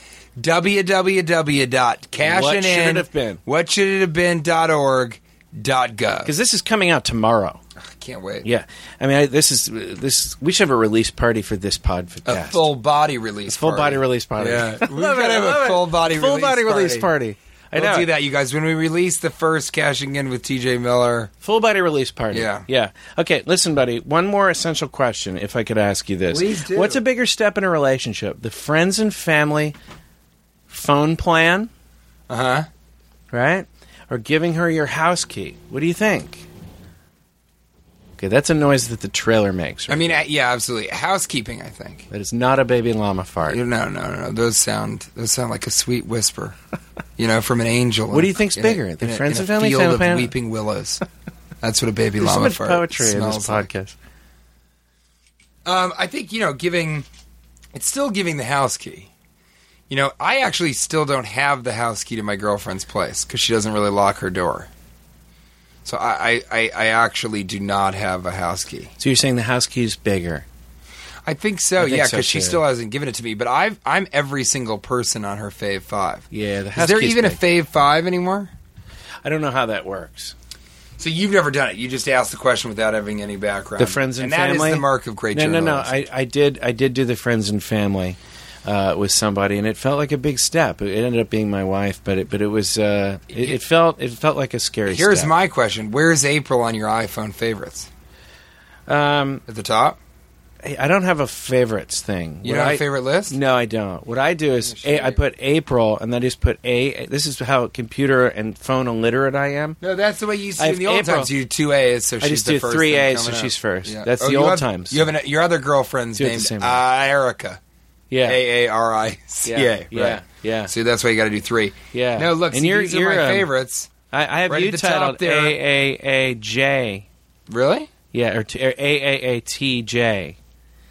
D: www.cashinginwhatshould
B: What should it have been?
D: What should it have been? Dot org. Dot gov.
B: Because this is coming out tomorrow.
D: I can't wait.
B: Yeah, I mean, I, this is this. We should have a release party for this podcast.
D: A full body release.
B: full
D: party.
B: body release party.
D: Yeah,
B: I
D: we
B: love it,
D: gotta
B: I
D: have
B: love
D: a
B: it.
D: full body
B: full
D: release
B: body release
D: party.
B: party. I
D: We'll
B: know.
D: do that, you guys. When we release the first cashing in with TJ Miller,
B: Full body release party.
D: Yeah.
B: yeah. Okay, listen, buddy. One more essential question, if I could ask you this:
D: Please do.
B: What's a bigger step in a relationship? The friends and family phone plan,
D: uh huh.
B: right, or giving her your house key? What do you think? Okay, that's a noise that the trailer makes.
D: I
B: right?
D: mean, uh, yeah, absolutely. Housekeeping, I think.
B: that is not a baby llama fart.
D: You- No, no, no. Those sound those sound like a sweet whisper, you know, from an angel.
B: What do you
D: in a-
B: think's
D: in a-
B: bigger, the
D: in a-
B: friends
D: in
B: and
D: a
B: family,
D: Field
B: family
D: of
B: plan?
D: weeping willows. That's what a baby
B: There's so
D: llama
B: much
D: fart
B: poetry in this
D: smells like.
B: podcast.
D: Um, I think you know, giving it's still giving the house key. You know, I actually still don't have the house key to my girlfriend's place because she doesn't really lock her door. So I, I, I, I actually do not have a house key.
B: So you're saying the house key is bigger?
D: I think so.
B: I think
D: yeah,
B: so,
D: because she
B: too.
D: still hasn't given it to me. But I've I'm every single person on her fave five.
B: Yeah, the
D: Is
B: house
D: there
B: key's
D: even a
B: big.
D: fave five anymore?
B: I don't know how that works.
D: So you've never done it. You just asked the question without having any background.
B: The friends and,
D: Um, that is
B: family.
D: the mark of great
B: No, no, no.
D: journalism.
B: I, I did. I did do the friends and family. uh, with somebody, and it felt like a big step. It ended up being my wife, but it but it was uh, it, it felt it felt like a scary.
D: Here's
B: step.
D: my question: Where's April on your iPhone favorites?
B: Um,
D: At the top?
B: I I don't have a favorites thing.
D: You
B: What
D: don't have
B: I-
D: a favorite list?
B: No, I don't. What I do is
D: Yeah,
B: a,
D: sure.
B: I put April, and I just put a. This is how computer and phone illiterate I am.
D: No, that's the way you used
B: I
D: to in
B: have
D: the old
B: April.
D: times. You do two A's, so she's
B: just
D: the
B: do
D: first
B: three
D: thing
B: A's,
D: coming
B: so
D: up. Oh,
B: she's first. That's the
D: you
B: old
D: have-
B: times.
D: You have an, your other girlfriend's
B: Do it the
D: named
B: same way.
D: uh, Erica.
B: Yeah,
D: A A R I C
B: Yeah,
D: A.
B: yeah,
D: right.
B: yeah.
D: See, that's why you got to do three.
B: Yeah.
D: No, look,
B: And
D: see,
B: you're-
D: these are
B: you're,
D: my
B: um,
D: favorites.
B: I, I have
D: Right
B: you
D: at the top
B: titled
D: there.
B: A A A J.
D: Really?
B: Yeah, or t- or A A A T J.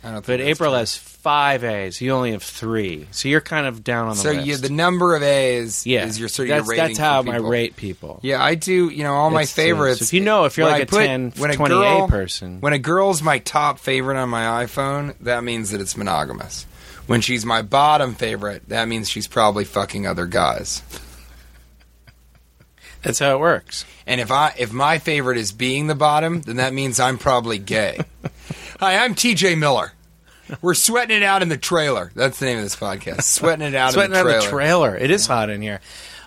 D: I don't think
B: But
D: that's
B: April
D: true.
B: has five A's. You only have three, so you're kind of down on the
D: So
B: list.
D: you, the number of A's
B: yeah,
D: is your sort of your
B: that's,
D: rating.
B: that's how
D: for
B: I
D: people.
B: rate people.
D: Yeah, I do. You know, all my
B: It's, uh, so
D: favorites.
B: if you know, if you're
D: when
B: like
D: I
B: a
D: put-
B: 10,
D: when a
B: 28
D: girl-
B: person.
D: when a girl's my top favorite on my iPhone, that means that it's monogamous. When she's my bottom favorite, that means she's probably fucking other guys.
B: That's how it works.
D: And if I if my favorite is being the bottom, then that means I'm probably gay. Hi, I'm TJ Miller. We're sweating it out in the trailer. That's the name of this podcast. Sweating it out
B: Sweating
D: in
B: on
D: the
B: the
D: trailer.
B: trailer. It is hot in here.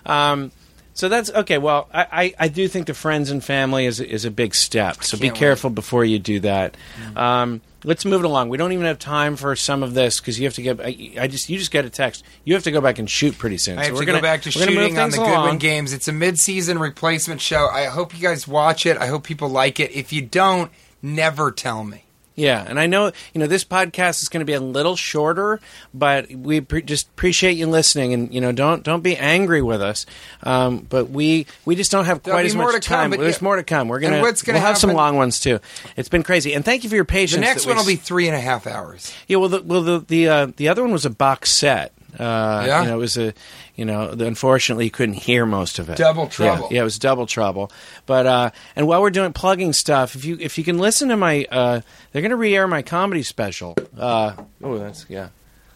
B: Um, so that's okay. Well, I, I, I do think the friends and family is is a big step. So be
D: can't wait. Mm-hmm.
B: careful before you do that. Um, let's move it along. We don't even have time for some of this because you have to get. I, I just you just got a text. You have to go back and shoot pretty soon.
D: I
B: so
D: have
B: we're
D: to
B: gonna,
D: go back to
B: we're gonna move
D: shooting on
B: things
D: the Goodwin
B: along.
D: Games. It's a mid-season replacement show. I hope you guys watch it. I hope people like it. If you don't, never tell me.
B: Yeah, and I know you know this podcast is going to be a little shorter, but we pre- just appreciate you listening, and you know don't don't be angry with us. Um, but we we just don't have
D: There'll
B: quite
D: be
B: as
D: more
B: much
D: to come,
B: time.
D: but
B: There's
D: yeah.
B: more to come. We're gonna,
D: And what's gonna
B: we'll have some
D: happen-
B: long ones too. It's been crazy, and thank you for your
D: The
B: patience.
D: next
B: that we
D: one will be
B: s-
D: three and a half hours.
B: yeah. Well, the well the the, uh, the other one was a box set. Uh,
D: Yeah.
B: You know, it was a you know the, unfortunately you couldn't hear most of it.
D: Double
B: Yeah,
D: trouble.
B: Yeah, it was double trouble. But uh, and while we're doing plugging stuff, if you if you can listen to my, uh, they're going to re-air my comedy special. Uh, oh, that's yeah.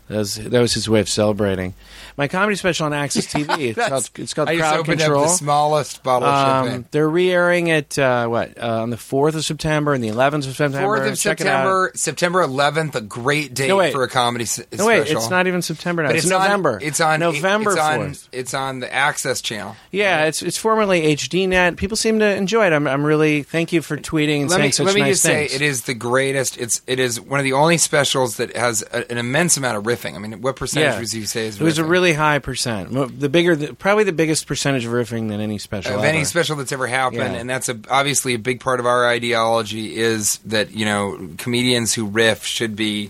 B: That was, that was his way of celebrating. My comedy special on Access TV. It's called, it's called
D: I just
B: Crowd
D: opened
B: Control.
D: up the smallest bottle of
B: Um,
D: champagne.
B: they're re-airing it uh, what uh, on the fourth of September and the eleventh of September.
D: Fourth of
B: Check it out.
D: September, September 11th, a great date
B: No, wait.
D: for a comedy s-
B: No,
D: special.
B: wait, it's not even September now.
D: But
B: it's,
D: on-
B: November.
D: it's on
B: November
D: It's on,
B: 4th.
D: it's on the Access Channel.
B: Yeah, it's it's formerly HDNet. People seem to enjoy it. I'm, I'm really thank you for tweeting and
D: Let
B: saying
D: me
B: such
D: let me
B: nice
D: just
B: things.
D: say it is the greatest. It's it is one of the only specials that has a, an immense amount of riffing. I mean, what percentage
B: Yeah.
D: would you say is?
B: It was a
D: riffing?
B: really high percent. Mo- The bigger, the, probably the biggest percentage of riffing than any special.
D: of any
B: ever.
D: special that's ever happened,
B: Yeah.
D: and that's a, obviously a big part of our ideology is that you know comedians who riff should be,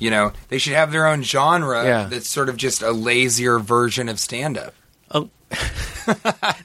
D: you know, they should have their own genre
B: Yeah.
D: that's sort of just a lazier version of stand up.
B: Oh. no,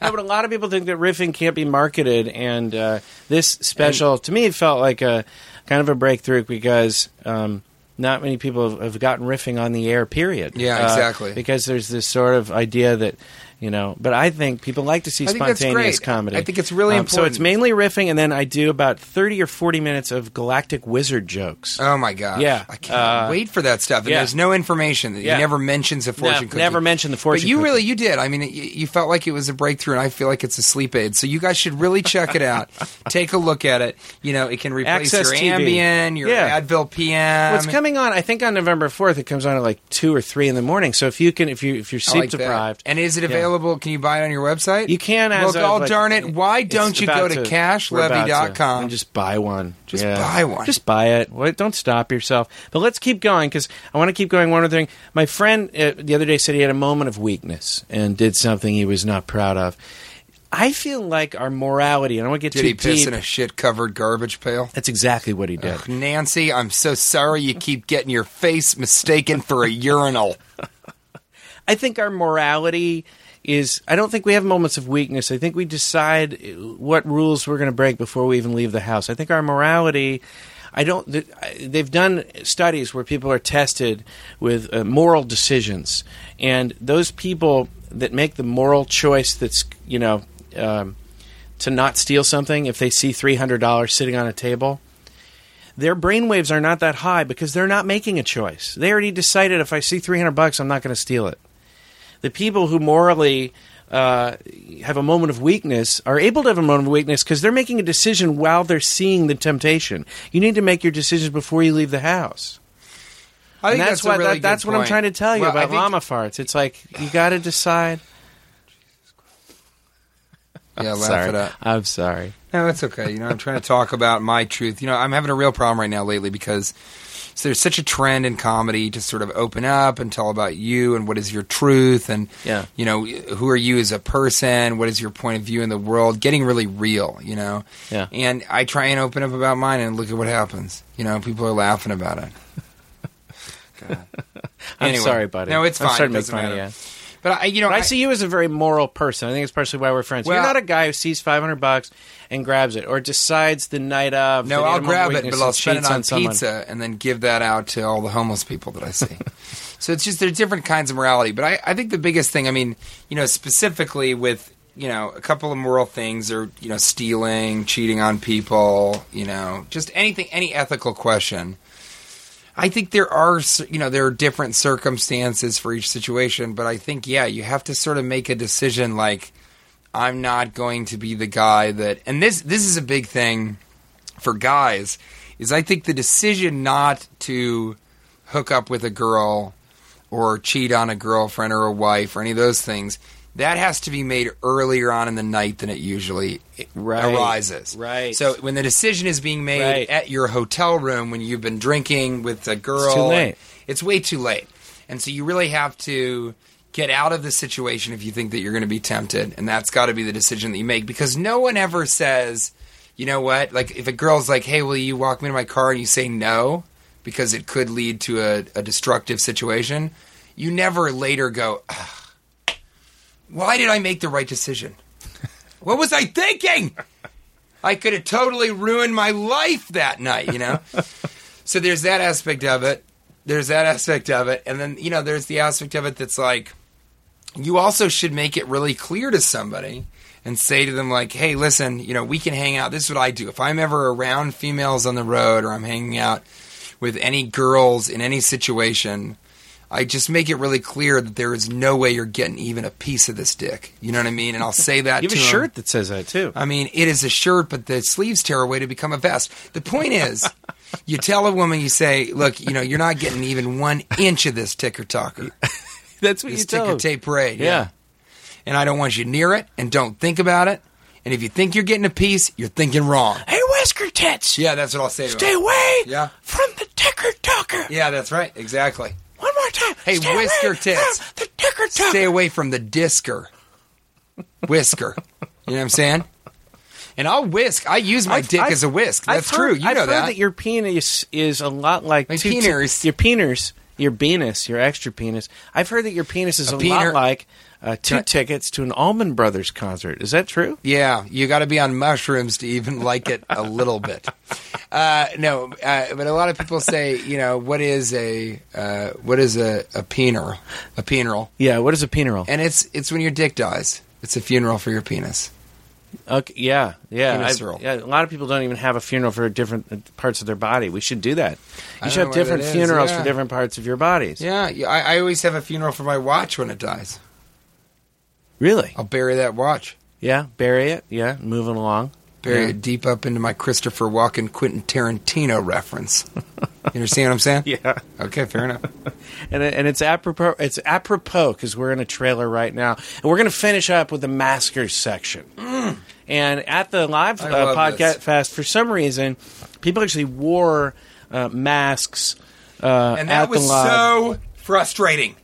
B: but a lot of people think that riffing can't be marketed, and uh, this special to me felt like a kind of a breakthrough because um, not many people have, have gotten riffing on the air. Period. Uh,
D: Yeah, exactly.
B: Because there's this sort of idea that you know, but I think people like to see
D: I think that's
B: spontaneous
D: great.
B: comedy.
D: I think it's really
B: Um, So it's
D: important.
B: mainly riffing, and then I do about thirty or forty minutes of galactic wizard jokes.
D: Oh my gosh!
B: Yeah.
D: I can't
B: Uh,
D: wait for that stuff. And
B: yeah.
D: there's no information that
B: Yeah.
D: he never mentions a fortune
B: No,
D: cookie.
B: never mentioned the fortune
D: But you
B: cookie.
D: really you did. I mean, it, you felt like it was a breakthrough, and I feel like it's a sleep aid. So you guys should really check it out. Take a look at it. You know, it can replace
B: Access
D: your
B: TV.
D: Ambien, your
B: Yeah.
D: Advil PM.
B: Well, it's coming on. I think on November fourth, it comes on at like two or three in the morning. So if you can, if you if you're
D: I
B: sleep
D: like that.
B: deprived,
D: And is it
B: Yeah.
D: available? Can you buy it on your website?
B: You can as
D: well,
B: of,
D: oh
B: like-
D: darn it! Why
B: it's
D: don't you go
B: about
D: to,
B: we're about to.
D: cashlevy.com?
B: and just buy one?
D: Just
B: Yeah.
D: buy one.
B: Just buy it. What? Don't stop yourself. But let's keep going because I want to keep going. One other thing. My friend uh, the other day said he had a moment of weakness and did something he was not proud of. I feel like our morality. and I don't want to get
D: did
B: too
D: he piss
B: deep.
D: in a shit covered garbage pail?
B: That's exactly what he did.
D: Nancy, I'm so sorry you keep getting your face mistaken for a urinal.
B: I think our morality is I don't think we have moments of weakness. I think we decide what rules we're going to break before we even leave the house. I think our morality I don't th- I- they've done studies where people are tested with uh, moral decisions and those people that make the moral choice that's you know um, to not steal something if they see $300 sitting on a table their brainwaves are not that high because they're not making a choice. They already decided if I see 300 bucks, I'm not going to steal it. The people who morally uh, have a moment of weakness are able to have a moment of weakness because they're making a decision while they're seeing the temptation. You need to make your decisions before you leave the house.
D: I
B: And
D: think
B: that's
D: that's,
B: why
D: a really
B: that, that's
D: good
B: what I'm
D: point.
B: trying to tell you
D: Well, I
B: about
D: think-
B: llama farts. It's like you got to decide.
D: Yeah, laugh
B: sorry,
D: it up.
B: I'm sorry.
D: No, that's okay. You know, I'm trying to talk about my truth. You know, I'm having a real problem right now lately because so there's such a trend in comedy to sort of open up and tell about you and what is your truth and
B: Yeah.
D: you know who are you as a person, what is your point of view in the world, getting really real. You know,
B: Yeah.
D: And I try and open up about mine and look at what happens. You know, people are laughing about it.
B: I'm
D: Anyway.
B: sorry, buddy.
D: No, it's
B: I'm
D: fine.
B: starting to
D: It
B: make
D: doesn't
B: fun of
D: matter.
B: you.
D: But I, you know,
B: But I
D: I-
B: see you as a very moral person. I think that's partially why we're friends.
D: Well-
B: You're not a guy who sees 500 bucks and grabs it or decides the night of.
D: No,
B: the
D: I'll
B: animal
D: grab it,
B: weakness
D: but I'll
B: and
D: spend it
B: cheats
D: on,
B: someone.
D: pizza and then give that out to all the homeless people that I see. so it's just there are different kinds of morality. But I, I think the biggest thing, I mean, you know, specifically with you know a couple of moral things are you know stealing, cheating on people, you know, just anything, any ethical question. I think there are, s- you know, there are different circumstances for each situation, but I think, yeah, you have to sort of make a decision like, I'm not going to be the guy that, and this, this is a big thing for guys, is I think the decision not to hook up with a girl or cheat on a girlfriend or a wife or any of those things, that has to be made earlier on in the night than it usually
B: Right.
D: arises.
B: Right.
D: So when the decision is being made
B: Right.
D: at your hotel room when you've been drinking with a girl,
B: It's too late.
D: It's way too late, and so you really have to get out of the situation if you think that you're going to be tempted, and that's got to be the decision that you make because no one ever says, you know what? Like if a girl's like, "Hey, will you walk me to my car?" and you say no because it could lead to a, a destructive situation, you never later go, "Ugh, "Why did I make the right decision? What was I thinking?" I could have totally ruined my life that night, you know? so there's that aspect of it. There's that aspect of it. And then, you know, there's the aspect of it that's like, you also should make it really clear to somebody and say to them, like, hey, listen, you know, we can hang out. This is what I do. If I'm ever around females on the road or I'm hanging out with any girls in any situation, I just make it really clear that there is no way you're getting even a piece of this dick. You know what I mean? And I'll say that
B: You have
D: to um, uh,
B: a
D: 'em.
B: shirt that says that too.
D: I mean, it is a shirt, but the sleeves tear away to become a vest. The point is, you tell a woman, you say, "Look, you know, you're not getting even one inch of this ticker talker,
B: That's what
D: this
B: you tell
D: ticker
B: them.
D: tape parade."
B: Yeah.
D: and I don't want you near it, and don't think about it. And if you think you're getting a piece, you're thinking wrong.
B: Hey, Whisker Tits.
D: Yeah, that's what I'll say. to
B: Stay
D: her.
B: away
D: Yeah.
B: from the ticker talker.
D: Yeah, that's right. Exactly.
B: One more time.
D: Hey,
B: Stay
D: Whisker
B: away
D: Tits.
B: from The ticker talker.
D: Stay away from the disker. Whisker. You know what I'm saying? And I'll whisk. I use my
B: I've-
D: dick
B: I've-
D: as a whisk.
B: I've
D: That's
B: heard-
D: true. You
B: I've
D: know
B: heard that. your penis is a lot like
D: My
B: two- two-
D: peners.
B: your peners, your penis, your extra penis. I've heard that your penis is a,
D: pener-
B: lot like uh, two
D: Can I-
B: tickets to an Allman Brothers concert. Is that true?
D: Yeah, you got to be on mushrooms to even like it a little bit. Uh, no, uh, but a lot of people say, you know, what is a uh, what is a a penal a penal,
B: Yeah. What is a peneral?
D: and it's it's when your dick dies. It's a funeral for your penis.
B: okay, yeah, yeah,
D: Penis
B: I've-
D: roll.
B: yeah. A lot of people don't even have a funeral for different uh, parts of their body. We should do that. You
D: don't
B: should
D: know
B: have
D: why that
B: different
D: is,
B: funerals
D: yeah.
B: for different parts of your bodies.
D: Yeah, you- I, I always have a funeral for my watch when it dies.
B: Really?
D: I'll bury that watch,
B: Yeah. Bury it. Yeah. Moving along.
D: bury
B: Yeah.
D: it deep up into my Christopher Walken, Quentin Tarantino reference. You understand what I'm saying?
B: Yeah.
D: Okay, fair enough.
B: and, it- and it's apropos. It's apropos because we're in a trailer right now, and we're going to finish up with the maskers section. And at the live
D: Mm. I
B: uh,
D: love this.
B: podcast fest, for some reason, people actually wore uh, masks. Uh,
D: and that
B: at
D: was
B: the live.
D: so frustrating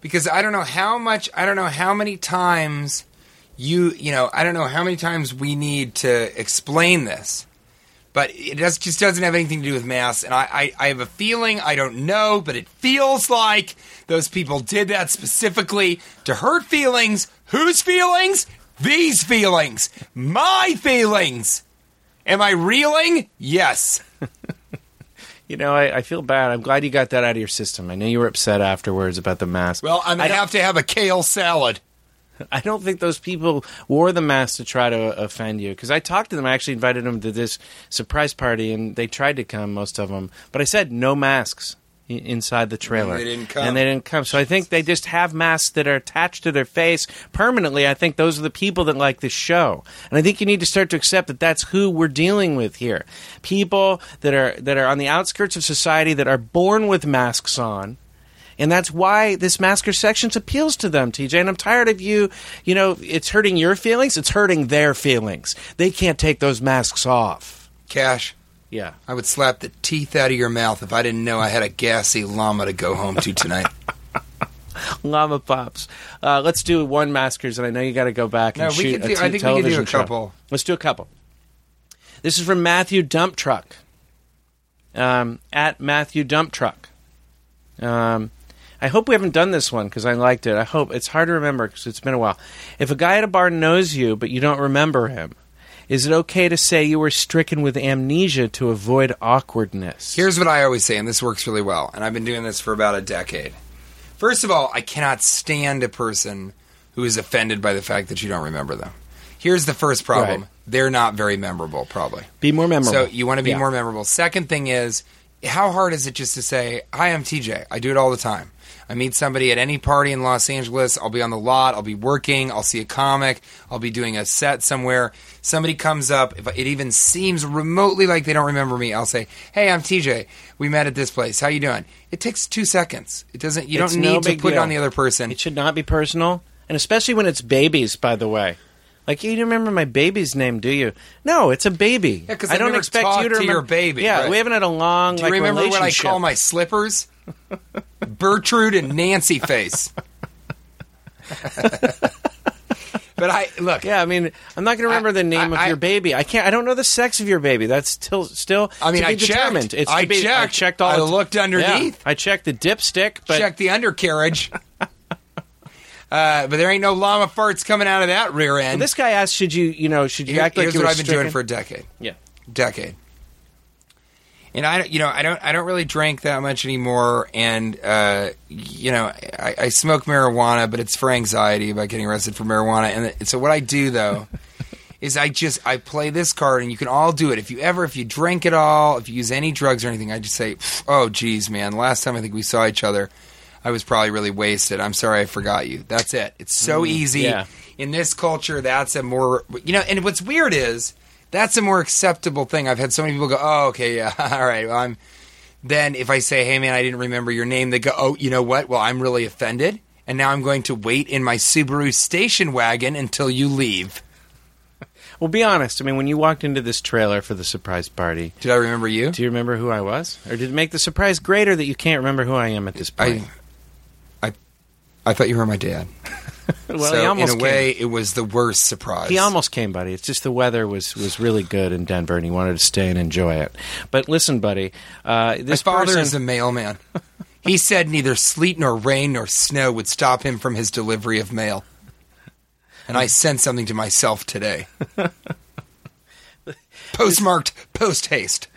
D: because I don't know how much I don't know how many times you you know I don't know how many times we need to explain this, but it does, just doesn't have anything to do with mass. And I, I I have a feeling I don't know, but it feels like those people did that specifically to hurt feelings. Whose feelings? These feelings. My feelings. Am I reeling? Yes.
B: You know, I, I feel bad. I'm glad you got that out of your system. I know you were upset afterwards about the mask.
D: Well, I'm
B: I
D: gonna
B: don't-
D: have to have a kale salad.
B: I don't think those people wore the mask to try to offend you because I talked to them. I actually invited them to this surprise party, and they tried to come, most of them. But I said no masks. You i- inside the trailer.
D: they didn't come.
B: And they didn't come. So I think they just have masks that are attached to their face permanently. I think those are the people that like this show. And I think you need to start to accept that that's who we're dealing with here. People that are that are on the outskirts of society that are born with masks on. And that's why this masker sections appeals to them, TJ. And I'm tired of you, you know, it's hurting your feelings, it's hurting their feelings. They can't take those masks off.
D: Cash,
B: Yeah.
D: I would slap the teeth out of your mouth if I didn't know I had a gassy llama to go home to tonight.
B: Llama Pops. Uh, let's do one Maskers, and I know you got to go back and
D: No, we
B: shoot
D: could
B: a
D: do- I
B: t-
D: think we could do
B: television
D: a
B: show.
D: couple.
B: Let's do a couple. This is from Matthew Dump Truck. Um, at Matthew Dump Truck. Um, I hope we haven't done this one because I liked it. I hope it's hard to remember because it's been a while. If a guy at a bar knows you but you don't remember him, is it okay to say you were stricken with amnesia to avoid awkwardness?
D: Here's what I always say, and this works really well, and I've been doing this for about a decade. First of all, I cannot stand a person who is offended by the fact that you don't remember them. Here's the first problem
B: Right.
D: they're not very memorable, probably.
B: be more memorable.
D: So you want to be
B: Yeah.
D: more memorable. Second thing is, how hard is it just to say, "Hi, I'm TJ." I do it all the time. I meet somebody at any party in Los Angeles. I'll be on the lot. I'll be working. I'll see a comic. I'll be doing a set somewhere. Somebody comes up. If it even seems remotely like they don't remember me, I'll say, "Hey, I'm TJ. We met at this place. How you doing?" It takes two seconds. It doesn't. You
B: It's
D: don't
B: no
D: need to
B: big
D: put it
B: deal.
D: on the other person.
B: It should not be personal, and especially when it's babies. By the way, like you don't remember my baby's name, do you? No, it's a baby.
D: 'cause
B: I
D: I've
B: don't
D: never
B: expect
D: talked
B: you to
D: to your
B: remember-
D: baby,
B: Yeah,
D: right.
B: we haven't had a long.
D: Do you
B: like,
D: remember what I
B: relationship.
D: call my slippers? Bertrude and Nancy face. but I look.
B: Yeah, I mean, I'm not going to remember the name
D: I-
B: of your
D: I-
B: baby. I can't. I don't know the sex of your baby. That's still still.
D: I mean,
B: to be
D: I checked.
B: determined. It's to
D: I
B: be- I
D: checked.
B: checked all.
D: I
B: the t-
D: looked underneath.
B: Yeah, I checked the dipstick, but
D: Check the undercarriage. uh, but there ain't no llama farts coming out of that rear end.
B: this guy asked, "Should you, you know, should you
D: Here-
B: act like
D: here's
B: you
D: what
B: were
D: I've been doing
B: stricken?
D: for a decade.
B: Yeah,
D: decade. And I, don't- you know, I don't, I don't really drink that much anymore, and uh, you know, I, I smoke marijuana, but it's for anxiety about getting arrested for marijuana. And it- so, what I do though is I just I play this card, and you can all do it. If you ever, if you drink at all, if you use any drugs or anything, I just say, oh, geez, man, last time I think we saw each other, I was probably really wasted. I'm sorry, I forgot you. That's it. It's so easy
B: yeah.
D: in this culture that's a more you know and what's weird is that's a more acceptable thing i've had so many people go oh okay yeah all right well i'm then if i say hey man i didn't remember your name they go oh you know what well i'm really offended and now i'm going to wait in my subaru station wagon until you leave
B: Well, be honest. I mean, when you walked into this trailer for the surprise party,
D: did i remember you
B: Do you remember who I was? Or did it make the surprise greater that you can't remember who I am at this point?
D: i i i thought you were my dad
B: well,
D: so
B: he almost
D: in a way
B: came.
D: it was the worst surprise
B: He almost came, buddy. It's just the weather was, was really good in Denver, and he wanted to stay and enjoy it. But listen, buddy, uh,
D: my
B: this
D: father
B: person,
D: is a mailman he said neither sleet nor rain nor snow would stop him from his delivery of mail and i sent something to myself today postmarked post haste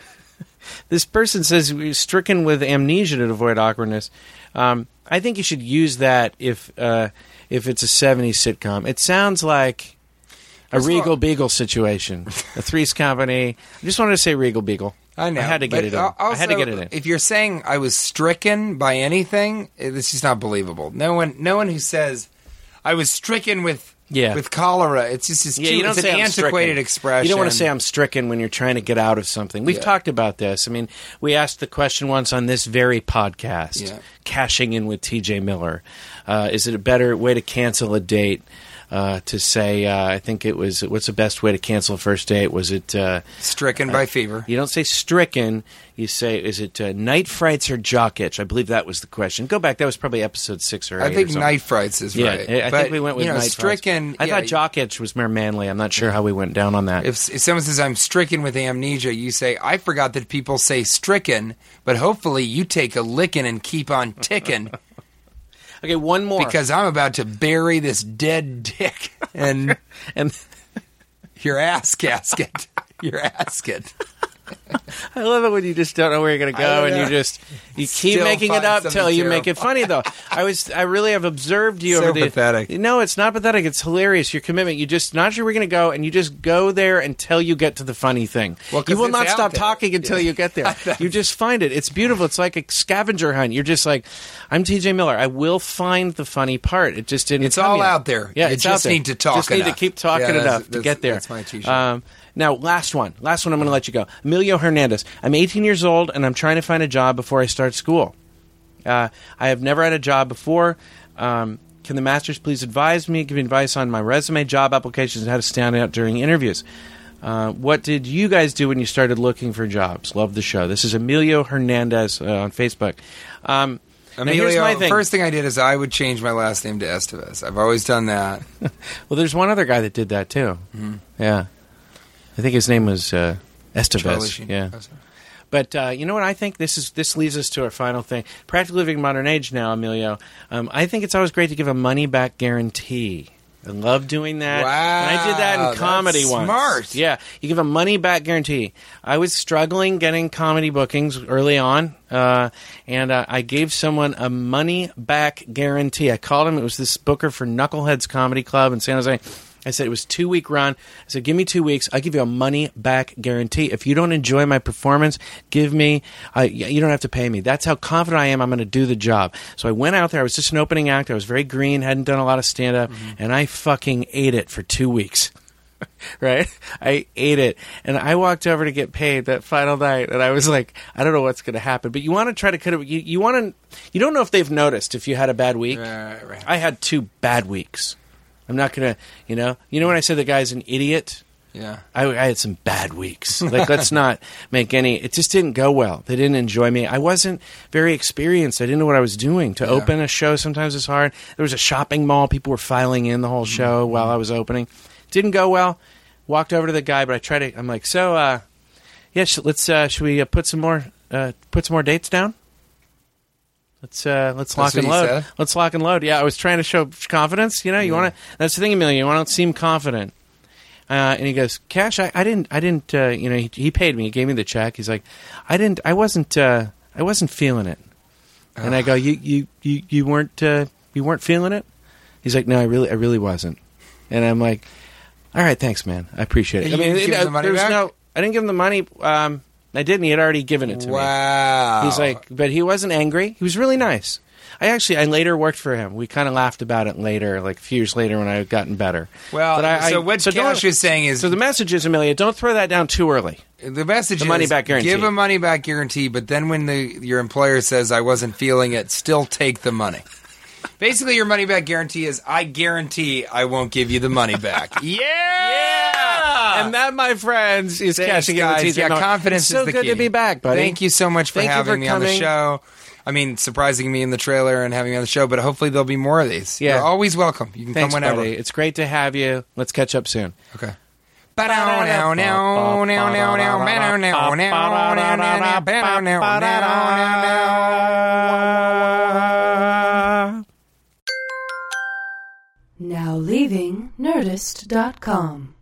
B: this person says we're stricken with amnesia to avoid awkwardness. Um, I think you should use that if uh, if it's a '70s sitcom. It sounds like a
D: First of all-
B: Regal Beagle situation, a Three's Company. I just wanted to say Regal Beagle.
D: I know.
B: I had to get
D: but
B: it in.
D: al-
B: I had to
D: also,
B: get it in.
D: If you're saying I was stricken by anything, eh, this is not believable. No one, no one who says I was stricken with
B: Yeah.
D: with cholera. It's just it's,
B: Yeah,
D: too,
B: you don't
D: it's
B: say
D: an
B: I'm
D: antiquated
B: stricken.
D: expression.
B: You don't want to say I'm stricken when you're trying to get out of something. We've
D: Yeah.
B: talked about this. I mean, we asked the question once on this very podcast,
D: Yeah.
B: cashing in with T.J. Miller. Uh, is it a better way to cancel a date? Uh, to say, uh, I think it was. What's the best way to cancel a first date? Was it? Uh,
D: stricken by fever.
B: you don't say stricken. You say, is it uh, night frights or jock itch? I believe that was the question. Go back. That was probably episode six or eight.
D: I
B: or
D: think
B: something.
D: night frights is
B: Yeah,
D: right.
B: I- I
D: But,
B: think we went with
D: you know,
B: night frights.
D: stricken.
B: I
D: yeah,
B: thought jock itch was more manly. I'm not sure how we went down on that.
D: If, if someone says I'm stricken with amnesia, you say I forgot that people say stricken, but hopefully you take a licking and keep on ticking
B: okay, one more.
D: because I'm about to bury this dead dick and
B: and
D: your ass casket, your ass casket.
B: I love it when you just don't know where you're going to go,
D: don't
B: and you
D: know.
B: just you keep
D: Still
B: making it
D: find
B: up
D: something
B: till you
D: terrible.
B: make it funny. Though I was, I really have observed you
D: So
B: over the
D: pathetic.
B: No, it's not pathetic. It's hilarious. Your commitment. You just not sure we're going to go, and you just go there until you get to the funny thing.
D: Well, 'cause
B: you will
D: it's
B: not
D: out
B: stop
D: there.
B: talking until you get there. you just find it. It's beautiful. It's like a scavenger hunt. You're just like, I'm T.J. Miller. I will find the funny part. It just didn't.
D: It's
B: come
D: all
B: yet.
D: out there.
B: Yeah,
D: You
B: it's
D: just
B: out there.
D: need to talk
B: Just need to
D: enough.
B: keep talking
D: Yeah, that's-
B: enough to
D: that's-
B: get there.
D: that's my t-shirt.
B: Um, now, last one. Last one. I'm going to let you go. Emilio Hernandez. I'm 18 years old, and I'm trying to find a job before I start school. Uh, I have never had a job before. Um, can the masters please advise me, give me advice on my resume, job applications, and how to stand out during interviews? Uh, what did you guys do when you started looking for jobs? Love the show. This is Emilio Hernandez uh, on Facebook. Um, now here's
D: Emilio,
B: my thing.
D: first thing I did is I would change my last name to Estevez. I've always done that.
B: Well, there's one other guy that did that too.
D: Mm-hmm.
B: Yeah, I think his name was uh,
D: Charlie
B: Estevez.
D: Sheen.
B: Yeah,
D: Oh, sorry.
B: but uh, you know what? I think this is this leads us to our final thing. Practically living modern age now, Emilio. Um, I think it's always great to give a money back guarantee. I love doing that. and I did
D: Wow,
B: that in
D: that's
B: comedy once.
D: smart.
B: Yeah, you give a money back guarantee. I was struggling getting comedy bookings early on, uh, and uh, I gave someone a money back guarantee. I called him. It was this booker for Knuckleheads Comedy Club in San Jose. I said it was two week run. I said, give me two weeks. I'll give you a money back guarantee. If you don't enjoy my performance, give me. I you don't have to pay me. That's how confident I am. I'm going to do the job. So I went out there. I was just an opening act. I was very green. Hadn't done a lot of stand up, and I fucking ate it for two weeks right? I ate it. And I walked over to get paid that final night and I was like, I don't know what's going to happen, but you want to try to cut it. You, you want to, you don't know if they've noticed if you had a bad week.
D: Right, right.
B: I had two bad weeks. I'm not going to, you know, you know when I said the guy's an idiot?
D: Yeah.
B: I, I had some bad weeks. Like, let's not make any. It just didn't go well. They didn't enjoy me. I wasn't very experienced. I didn't know what I was doing. To open a show sometimes is hard. There was a shopping mall. People were filing in the whole show while I was opening. Didn't go well. Walked over to the guy, but I tried to. I'm like, so, uh, yeah, sh- let's. Uh, should we uh, put some more uh, put some more dates down? Let's uh, let's lock
D: what
B: and
D: he
B: load.
D: said?
B: Let's lock and load. Yeah, I was trying to show confidence. You know, you want to. That's the thing, Amelia. You want to seem confident. Uh, and he goes, "Cash, I, I didn't, I didn't, uh, you know, he, he paid me, he gave me the check. He's like, I didn't, I wasn't, uh, I wasn't feeling it." And I go, "You, you, you, you weren't, uh, you weren't feeling it?" He's like, "No, I really, I really wasn't." And I'm like, "All right, thanks, man, I appreciate it."
D: And
B: I
D: you didn't give him the money
B: there was
D: back?
B: no, I didn't give him the money. Um, I didn't. He had already given it to me.
D: Wow.
B: He's like, but he wasn't angry. He was really nice. I actually, I later worked for him. We kind of laughed about it later, like a few years later when I had gotten better.
D: Well,
B: But I-
D: so
B: I-
D: what
B: don't-
D: Cash is saying is
B: So the message is, Amelia, don't throw that down too early.
D: the message
B: the money
D: is
B: back guarantee.
D: give a money back guarantee, but then when the your employer says I wasn't feeling it, still take the money. Basically, your money back guarantee is I guarantee I won't give you the money back. yeah,
B: And that, my friends, is
D: Thanks,
B: cashing
D: guys.
B: in with TJ
D: Yeah,
B: Miller.
D: confidence
B: It's so
D: is the
B: good
D: key.
B: to be back, buddy.
D: Thank you so much for
B: Thank you
D: having
B: for
D: me on the
B: coming.
D: show. I mean, surprising me in the trailer and having me on the show, but hopefully there'll be more of these.
B: Yeah.
D: You're always welcome. You can
B: Thanks,
D: come whenever.
B: buddy. It's great to have you. Let's catch up soon.
D: Okay.
B: Uh,
F: Now leaving Nerdist.com.